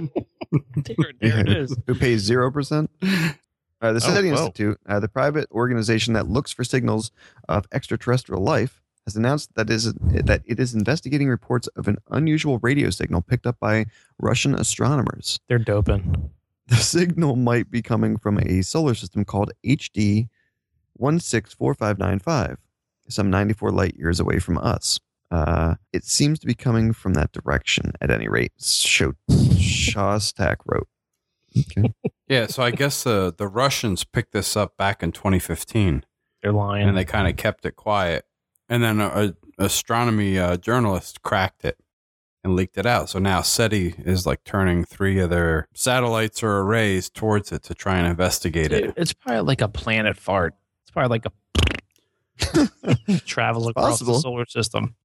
there, there it is. Who pays zero percent? Uh, the Oh, SETI whoa. Institute, uh, the private organization that looks for signals of extraterrestrial life, has announced that is that it is investigating reports of an unusual radio signal picked up by Russian astronomers. They're doping. The signal might be coming from a solar system called HD 164595, some 94 light years away from us. Uh, it seems to be coming from that direction, at any rate. Sho- Shostak wrote. Okay. Yeah, so I guess uh, the Russians picked this up back in 2015, They're lying. and they kind of kept it quiet. And then a, a astronomy uh, journalist cracked it and leaked it out. So now SETI is like turning three of their satellites or arrays towards it to try and investigate it. Dude, it's probably like a planet fart. It's probably like a travels across possible. the solar system.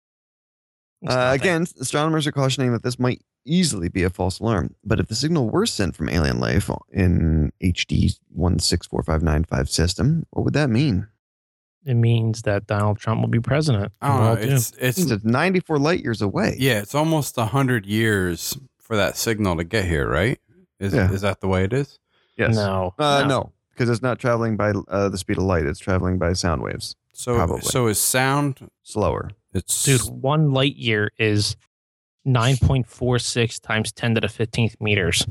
It's Uh, not again, astronomers are cautioning that this might easily be a false alarm. But if the signal were sent from alien life in HD 164595 system, what would that mean? that- it means that Donald Trump will be president. I don't Well, know. It's It means it's it's 94 light years away. yeah, it's almost a hundred years for that signal to get here, right? Is Yeah. is that the way it is? dude. No, Uh, no, because it's not traveling by uh, the speed of light. It's traveling by sound waves, So Probably. so is sound? slower. It's dude. One light year is nine point four six times ten to the fifteenth meters.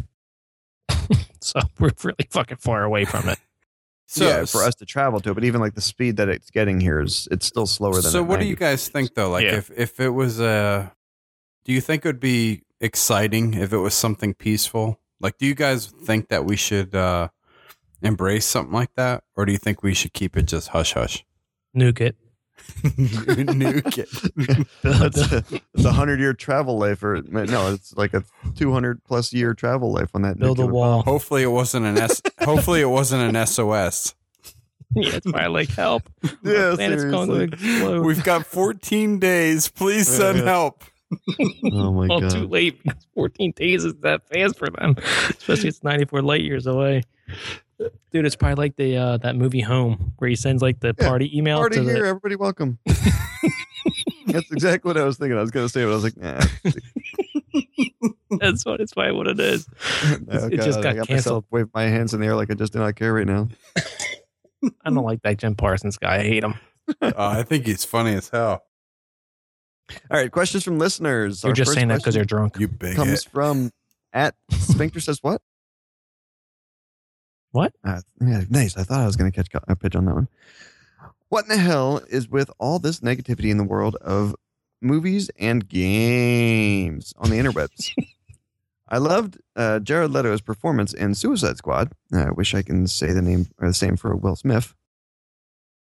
so we're really fucking far away from it. so yeah, for us to travel to it, but even like the speed that it's getting here is it's still slower than. So at what do you 90. guys think though? Like Yeah. if if it was a, do you think it would be exciting if it was something peaceful? Like, do you guys think that we should uh, embrace something like that, or do you think we should keep it just hush hush? Nuke it. Nuke it. That's a, it's a hundred year travel life, or no, it's like a two hundred plus year travel life on that. Build a nuclear wall. hopefully it wasn't an S. Hopefully it wasn't an SOS. yeah, it's probably like help. bomb. Yeah, planet's going to seriously. explode. We've got 14 days. Please send help. Oh my well, god. too late because 14 days is that fast for them, especially it's 94 light years away. Dude, it's probably like the uh, that movie Home where he sends like the Yeah, party email Party to here, the everybody welcome. That's exactly what I was thinking. I was gonna say, but I was like, nah. that's what it's probably what it is. Oh, it just God, I got got myself canceled. Wave my hands in the air like I just do not care right now. I don't like that Jim Parsons guy. I hate him. Uh, I think he's funny as hell. All right, questions from listeners. You're Our just first saying that because question you're drunk. You big comes from at Sphincter says what? What? Uh, yeah, nice. I thought I was going to catch a pitch on that one. What in the hell is with all this negativity in the world of movies and games on the interwebs? I loved uh, Jared Leto's performance in Suicide Squad. I wish I can say the name or the same for Will Smith.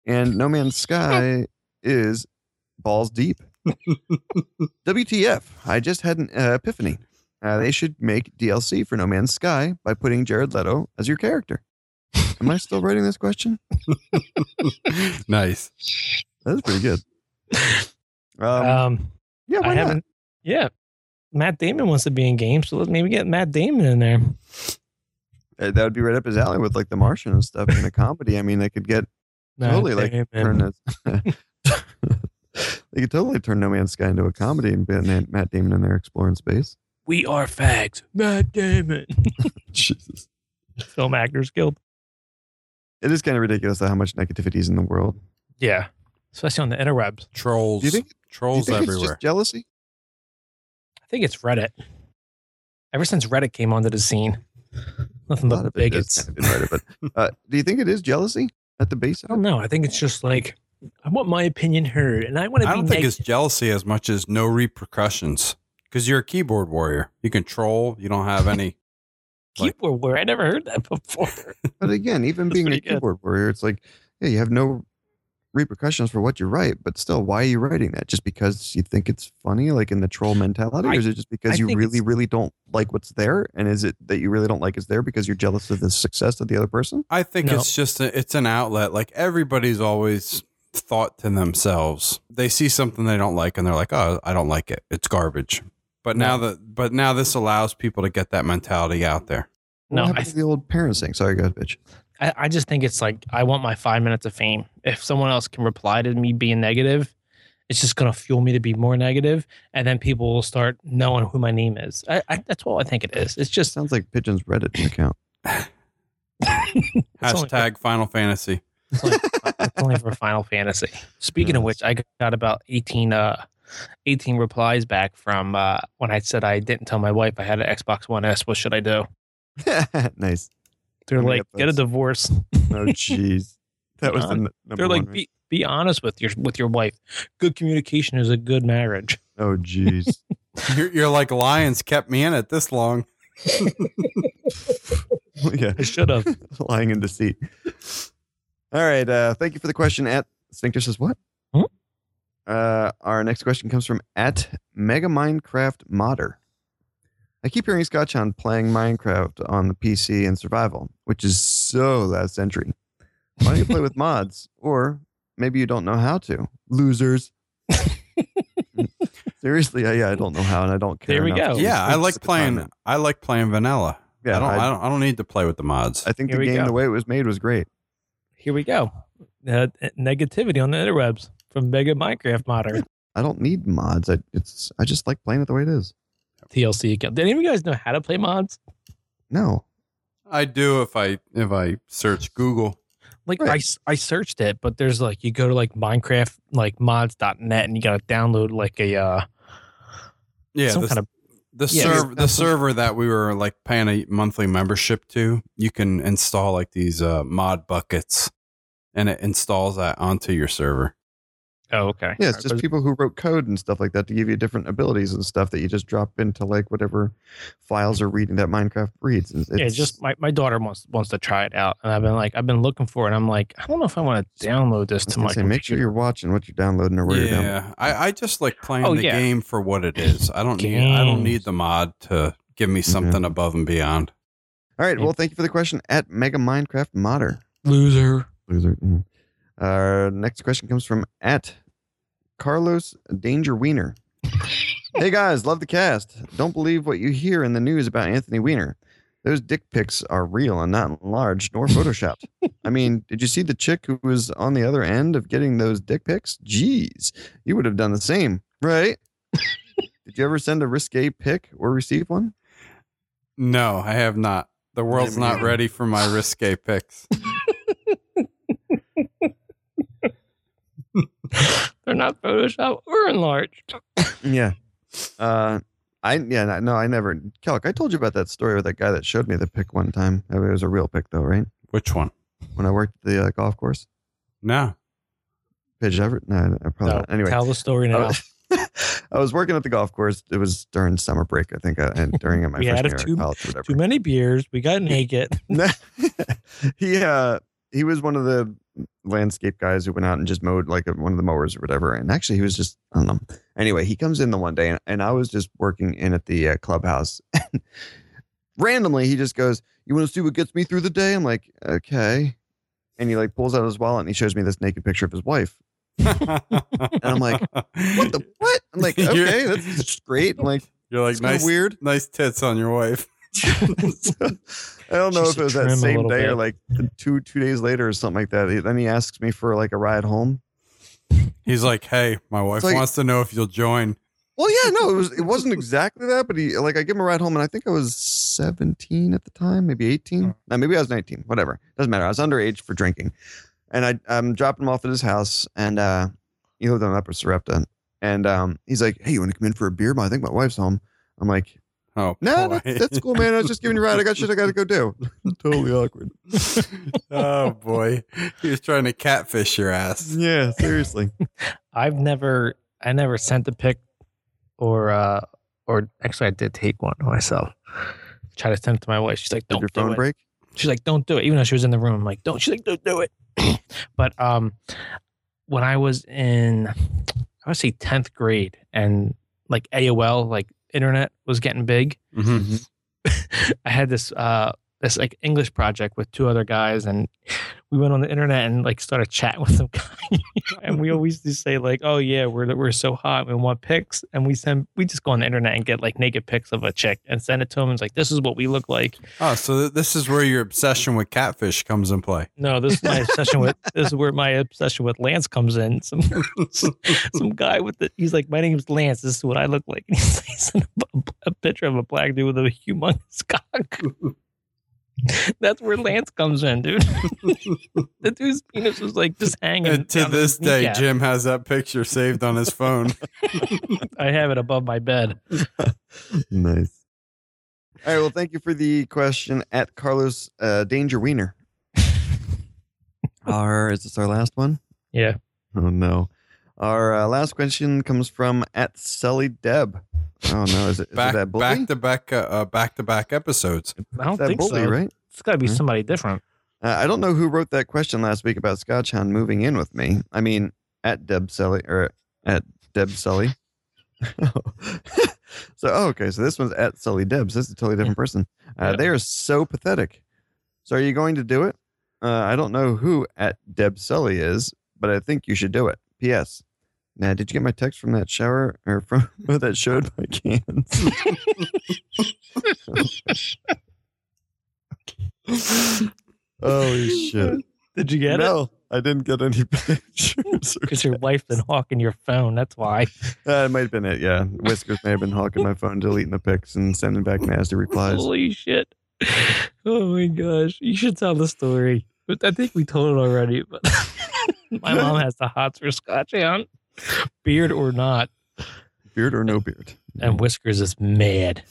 And No Man's Sky is balls deep. WTF? I just had an uh, epiphany. Uh, they should make DLC for No Man's Sky by putting Jared Leto as your character. Am I still writing this question? nice. That's pretty good. Um, Um, yeah, why I not? haven't. Yeah, Matt Damon wants to be in games, so let's maybe get Matt Damon in there. Uh, that would be right up his alley with like The Martian and stuff in a comedy. I mean, they could get Matt totally like turn Damon. this. they could totally turn No Man's Sky into a comedy and get Na- Matt Damon in there exploring space. we are fags. Matt Damon, Jesus. Film Actors Guild. It is kind of ridiculous how much negativity is in the world. Yeah, especially on the interwebs. Trolls. Do you think- Do you Trolls think it's everywhere. just jealousy? I think it's Reddit. Ever since Reddit came onto the scene, nothing A lot but of it bigots. is kind of invited, but uh, do you think it is jealousy at the base? I don't know. I think it's just like I want my opinion heard, and I want to. I be don't think it's neg- jealousy as much as no repercussions because you're a keyboard warrior. You control. You don't have any. keyboard warrior. I never heard that before. But again, even That's being a pretty good. keyboard warrior, it's like, yeah, you have no repercussions for what you write, but still, why are you writing that? Just because you think it's funny, like in the troll mentality, I- or is it just because I you think really, it's- really don't like what's there? And is it that you really don't like is there because you're jealous of the success of the other person? I think No. it's just a, it's an outlet. Like everybody's always thought to themselves, they see something they don't like, and they're like, "Oh, I don't like it. It's garbage." But now that but now this allows people to get that mentality out there. No, what happened I- to the old parents thing. Sorry, guys, bitch. I, I just think it's like I want my five minutes of fame. If someone else can reply to me being negative, it's just gonna fuel me to be more negative, and then people will start knowing who my name is. I, I, that's all I think it is. It's just Sounds like Pigeon's Reddit account. It's only- Hashtag Final Fantasy. It's only, it's only for Final Fantasy. Speaking of which, I got about 18, uh, 18 replies back from uh, when I said I didn't tell my wife I had an Xbox One S. What should I do? nice. They're Let me like, get get a those. divorce. Oh, jeez. That was the Uh, n- number They're like, one, right? be, be honest with your with your wife. Good communication is a good marriage. oh, jeez. You're, you're like lions kept me in it this long. yeah. I should have. lying in deceit. All right. Uh, thank you for the question. At Sphincter says what? Hmm? Uh, our next question comes from at Mega Minecraft Modder. I keep hearing Scotch on playing Minecraft on the PC and survival, which is so last century. Why don't you play with mods? Or maybe you don't know how to. Losers. Seriously, I, yeah, I don't know how, and I don't care. There we enough go. to yeah, I fix like the playing. comment. I like playing vanilla. Yeah, I don't. I- I, don't. I don't need to play with the mods. I think Here the we game, go. the way it was made, was great. Here we go. Uh, negativity on the interwebs from Mega Minecraft modder I don't need mods. I it's I just like playing it the way it is. TLC account. Did any of you guys know how to play mods? No. I do if I if I search Google. Like Right. I s I I, searched it, but there's like you go to like Minecraft like mods.net and you gotta download like a uh Yeah, some this- kind of the Yeah. server the server that we were like paying a monthly membership to you can install like these uh, mod buckets and it installs that onto your server oh okay Yeah, it's just people who wrote code and stuff like that to give you different abilities and stuff that you just drop into like whatever files are reading that Minecraft reads. It's, yeah, it's just my, my daughter wants wants to try it out, and I've been like I've been looking for it. and I'm like I don't know if I want to download this I was to gonna my say, make sure computer. you're watching what you're downloading or where you're downloading. yeah I, I just like playing Oh, the yeah. game for what it is i don't need i don't Games. need the mod to give me something above and beyond All right. Well, thank you for the question at Mega Minecraft Modder. loser. Loser. Mm. Our next question comes from at Carlos Danger Wiener. hey guys, love the cast. Don't believe what you hear in the news about Anthony Weiner. Those dick pics are real and not enlarged nor photoshopped. I mean, did you see the chick who was on the other end of getting those dick pics? Jeez, you would have done the same, right? did you ever send a risque pic or receive one? no i have not the world's Never not either. ready for my risque picks They're not photoshopped or enlarged. Yeah. Uh, I yeah no I never Kelk. I told you about that story with that guy that showed me the pick one time. I mean, it was a real pick though, right? which one When I worked at the uh, golf course. no Did you ever? No, I probably No, not. anyway. tell the story now. I was working at the golf course. It was during summer break, I think, uh, and during my We freshman had a year of too- college or whatever. Too many beers. We got naked. No. he uh he was one of the landscape guys who went out and just mowed like one of the mowers or whatever. And actually, he was just I don't know. Anyway, he comes in the one day, and, and I was just working in at the uh, clubhouse. Randomly, he just goes, "You want to see what gets me through the day?" I'm like, "Okay." And he like pulls out his wallet and he shows me this naked picture of his wife. and I'm like, What the what? I'm like, You're- "Okay, that's just great." I'm like, you're like it's kind nice of weird. nice tits on your wife I don't know Just if it to was that trim a same little day or bit. like two two days later or something like that. He- Then he asks me for like a ride home. He's like, "Hey, my wife like- wants to know if you'll join." Well, yeah, no, it was it wasn't exactly that, but he like I give him a ride home, and I think I was seventeen at the time, maybe eighteen. No, maybe I was nineteen. Whatever, doesn't matter. I was underage for drinking, and I I'm dropping him off at his house, and uh, he lived on Upper Sarepta, and um, he's like, "Hey, you want to come in for a beer? My I think my wife's home." I'm like, Oh, "No, boy. that's, that's cool, man. I was just giving you a ride. I got shit I got to go do." totally awkward. oh boy, he was trying to catfish your ass. Yeah, seriously. I've never I never sent a pic or uh or actually I did take one myself. Try to send it to my wife. She's like, Did Don't your do phone it. break? She's like, Don't do it. Even though she was in the room, I'm like, Don't she's like, Don't do it. but um, when I was in, I would say tenth grade, and like AOL, like internet was getting big. Mm-hmm. I had this uh this like English project with two other guys, and we went on the internet and like started chatting with some guy, and we always just say like, "Oh yeah, we're we're so hot, we want pics," and we send we just go on the internet and get like naked pics of a chick and send it to him. And it's like, "This is what we look like." Oh, so th- this is where your obsession with catfish comes in play. No, this is my obsession with this is where my obsession with Lance comes in. Some some guy with the he's like, my name's Lance. This is what I look like. And he's like, sent a, a picture of a black dude with a humongous cock. That's where Lance comes in, dude. the dude's penis was like just hanging. And to down his this day, kneecap. Jim has that picture saved on his phone. I have it above my bed. nice. All right. Well, thank you for the question at Carlos uh, Danger Wiener. our is this our last one? Yeah. Oh no. Our uh, last question comes from at Sully Deb. Oh no, is it, is it back, that bully? back to back, uh, uh, back to back episodes. I don't It's that think bully, so. right? It's got to be Mhm. somebody different. Uh, I don't know who wrote that question last week about Scotch Hound moving in with me. I mean, at Deb Sully or at Deb Sully. so oh, okay, so this one's at Sully Debs. This is a totally different person. Uh, Yeah. They are so pathetic. So are you going to do it? Uh, I don't know who at Deb Sully is, but I think you should do it. P.S. Now, did you get my text from that shower or from that showed my cans? Holy shit! Did you get it? no, I didn't get any pictures. Because your wife been hawking your phone. That's why. That might have been Uh, it. Yeah, Whiskers may have been hawking my phone, deleting the pics, and sending back nasty replies. Holy shit. Oh my gosh. You should tell the story. But I think we told it already, but my mom has the hots for scotch on. Beard or not. Beard or no beard? And Whiskers is mad.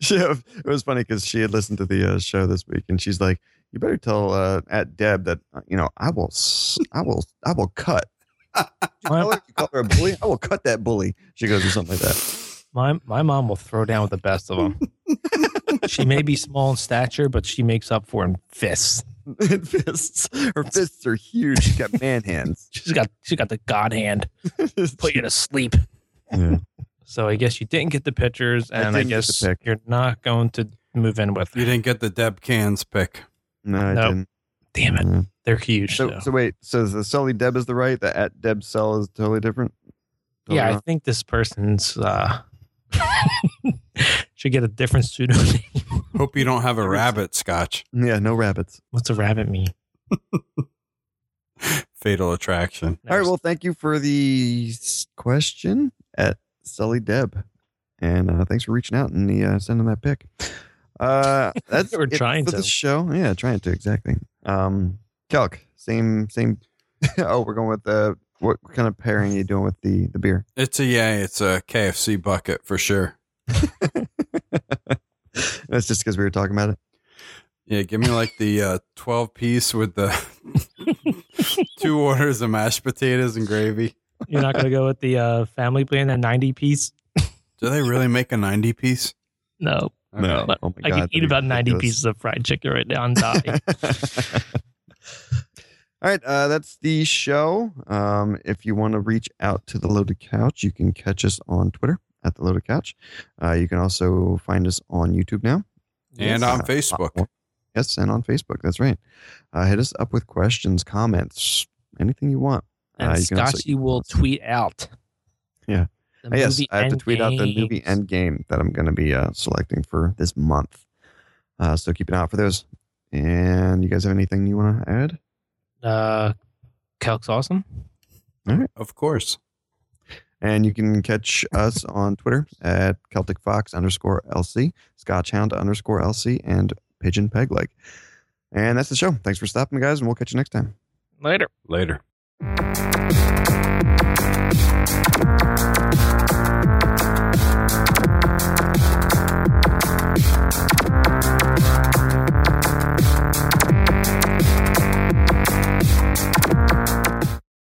she, it was funny because she had listened to the uh, show this week, and she's like, "You better tell uh, at Deb that uh, you know I will, s- I will, I will cut." My, You call her a bully? I will cut that bully. She goes or something like that. my, my mom will throw down with the best of them. she may be small in stature, but she makes up for in fists. And fists. Her fists are huge. She's got man hands. She's got she got the god hand. Put you to sleep. Yeah. So I guess you didn't get the pictures, and I, didn't get the guess pic. you're not going to move in with. You didn't get the Deb Cans pick. No, I Nope. didn't. Damn it, Yeah. they're huge. So, though. so wait. So the Sully Deb is the right. The at Deb Cell is totally different. Totally yeah, I wrong? think this person's uh should get a different pseudonym. Hope you don't have a rabbit scotch. yeah. No rabbits. What's a rabbit mean? Fatal attraction. All right. Well, thank you for the s- question at Sully Deb, and uh, thanks for reaching out and the, uh, sending that pic. Uh, that's We're it trying for to. the show. Yeah, trying to exactly. Um, Calc, same same. oh, we're going with the what kind of pairing you doing with the the beer? It's a yay. It's a KFC bucket for sure. That's just because we were talking about it. Yeah, give me like the uh, twelve piece with the two orders of mashed potatoes and gravy. you're not going to go with the uh family plan, that 90 piece. Do they really make a ninety piece? No, Okay. But oh my I could God, that'd eat be about 90 ridiculous. pieces of fried chicken right now and die. All right, uh, that's the show. Um, if you want to reach out to the Loaded Couch, you can catch us on Twitter at the Loaded Couch. Uh, you can also find us on YouTube now. And Yes. on Uh, Facebook. Yes, and on Facebook. That's right. Uh, hit us up with questions, comments, anything you want. and Uh, you can also- Scotchy will tweet out. Yeah. the Uh, yes, movie I have to tweet out the Endgame. movie end game that I'm going to be uh, selecting for this month. Uh, so keep an eye out for those. And you guys have anything you want to add? Uh, Calc's awesome. Of course. And you can catch us on Twitter at Celtic Fox underscore LC, Scotchhound underscore LC, and Pigeon Peg Leg. And that's the show. Thanks for stopping, guys, and we'll catch you next time. Later. Later.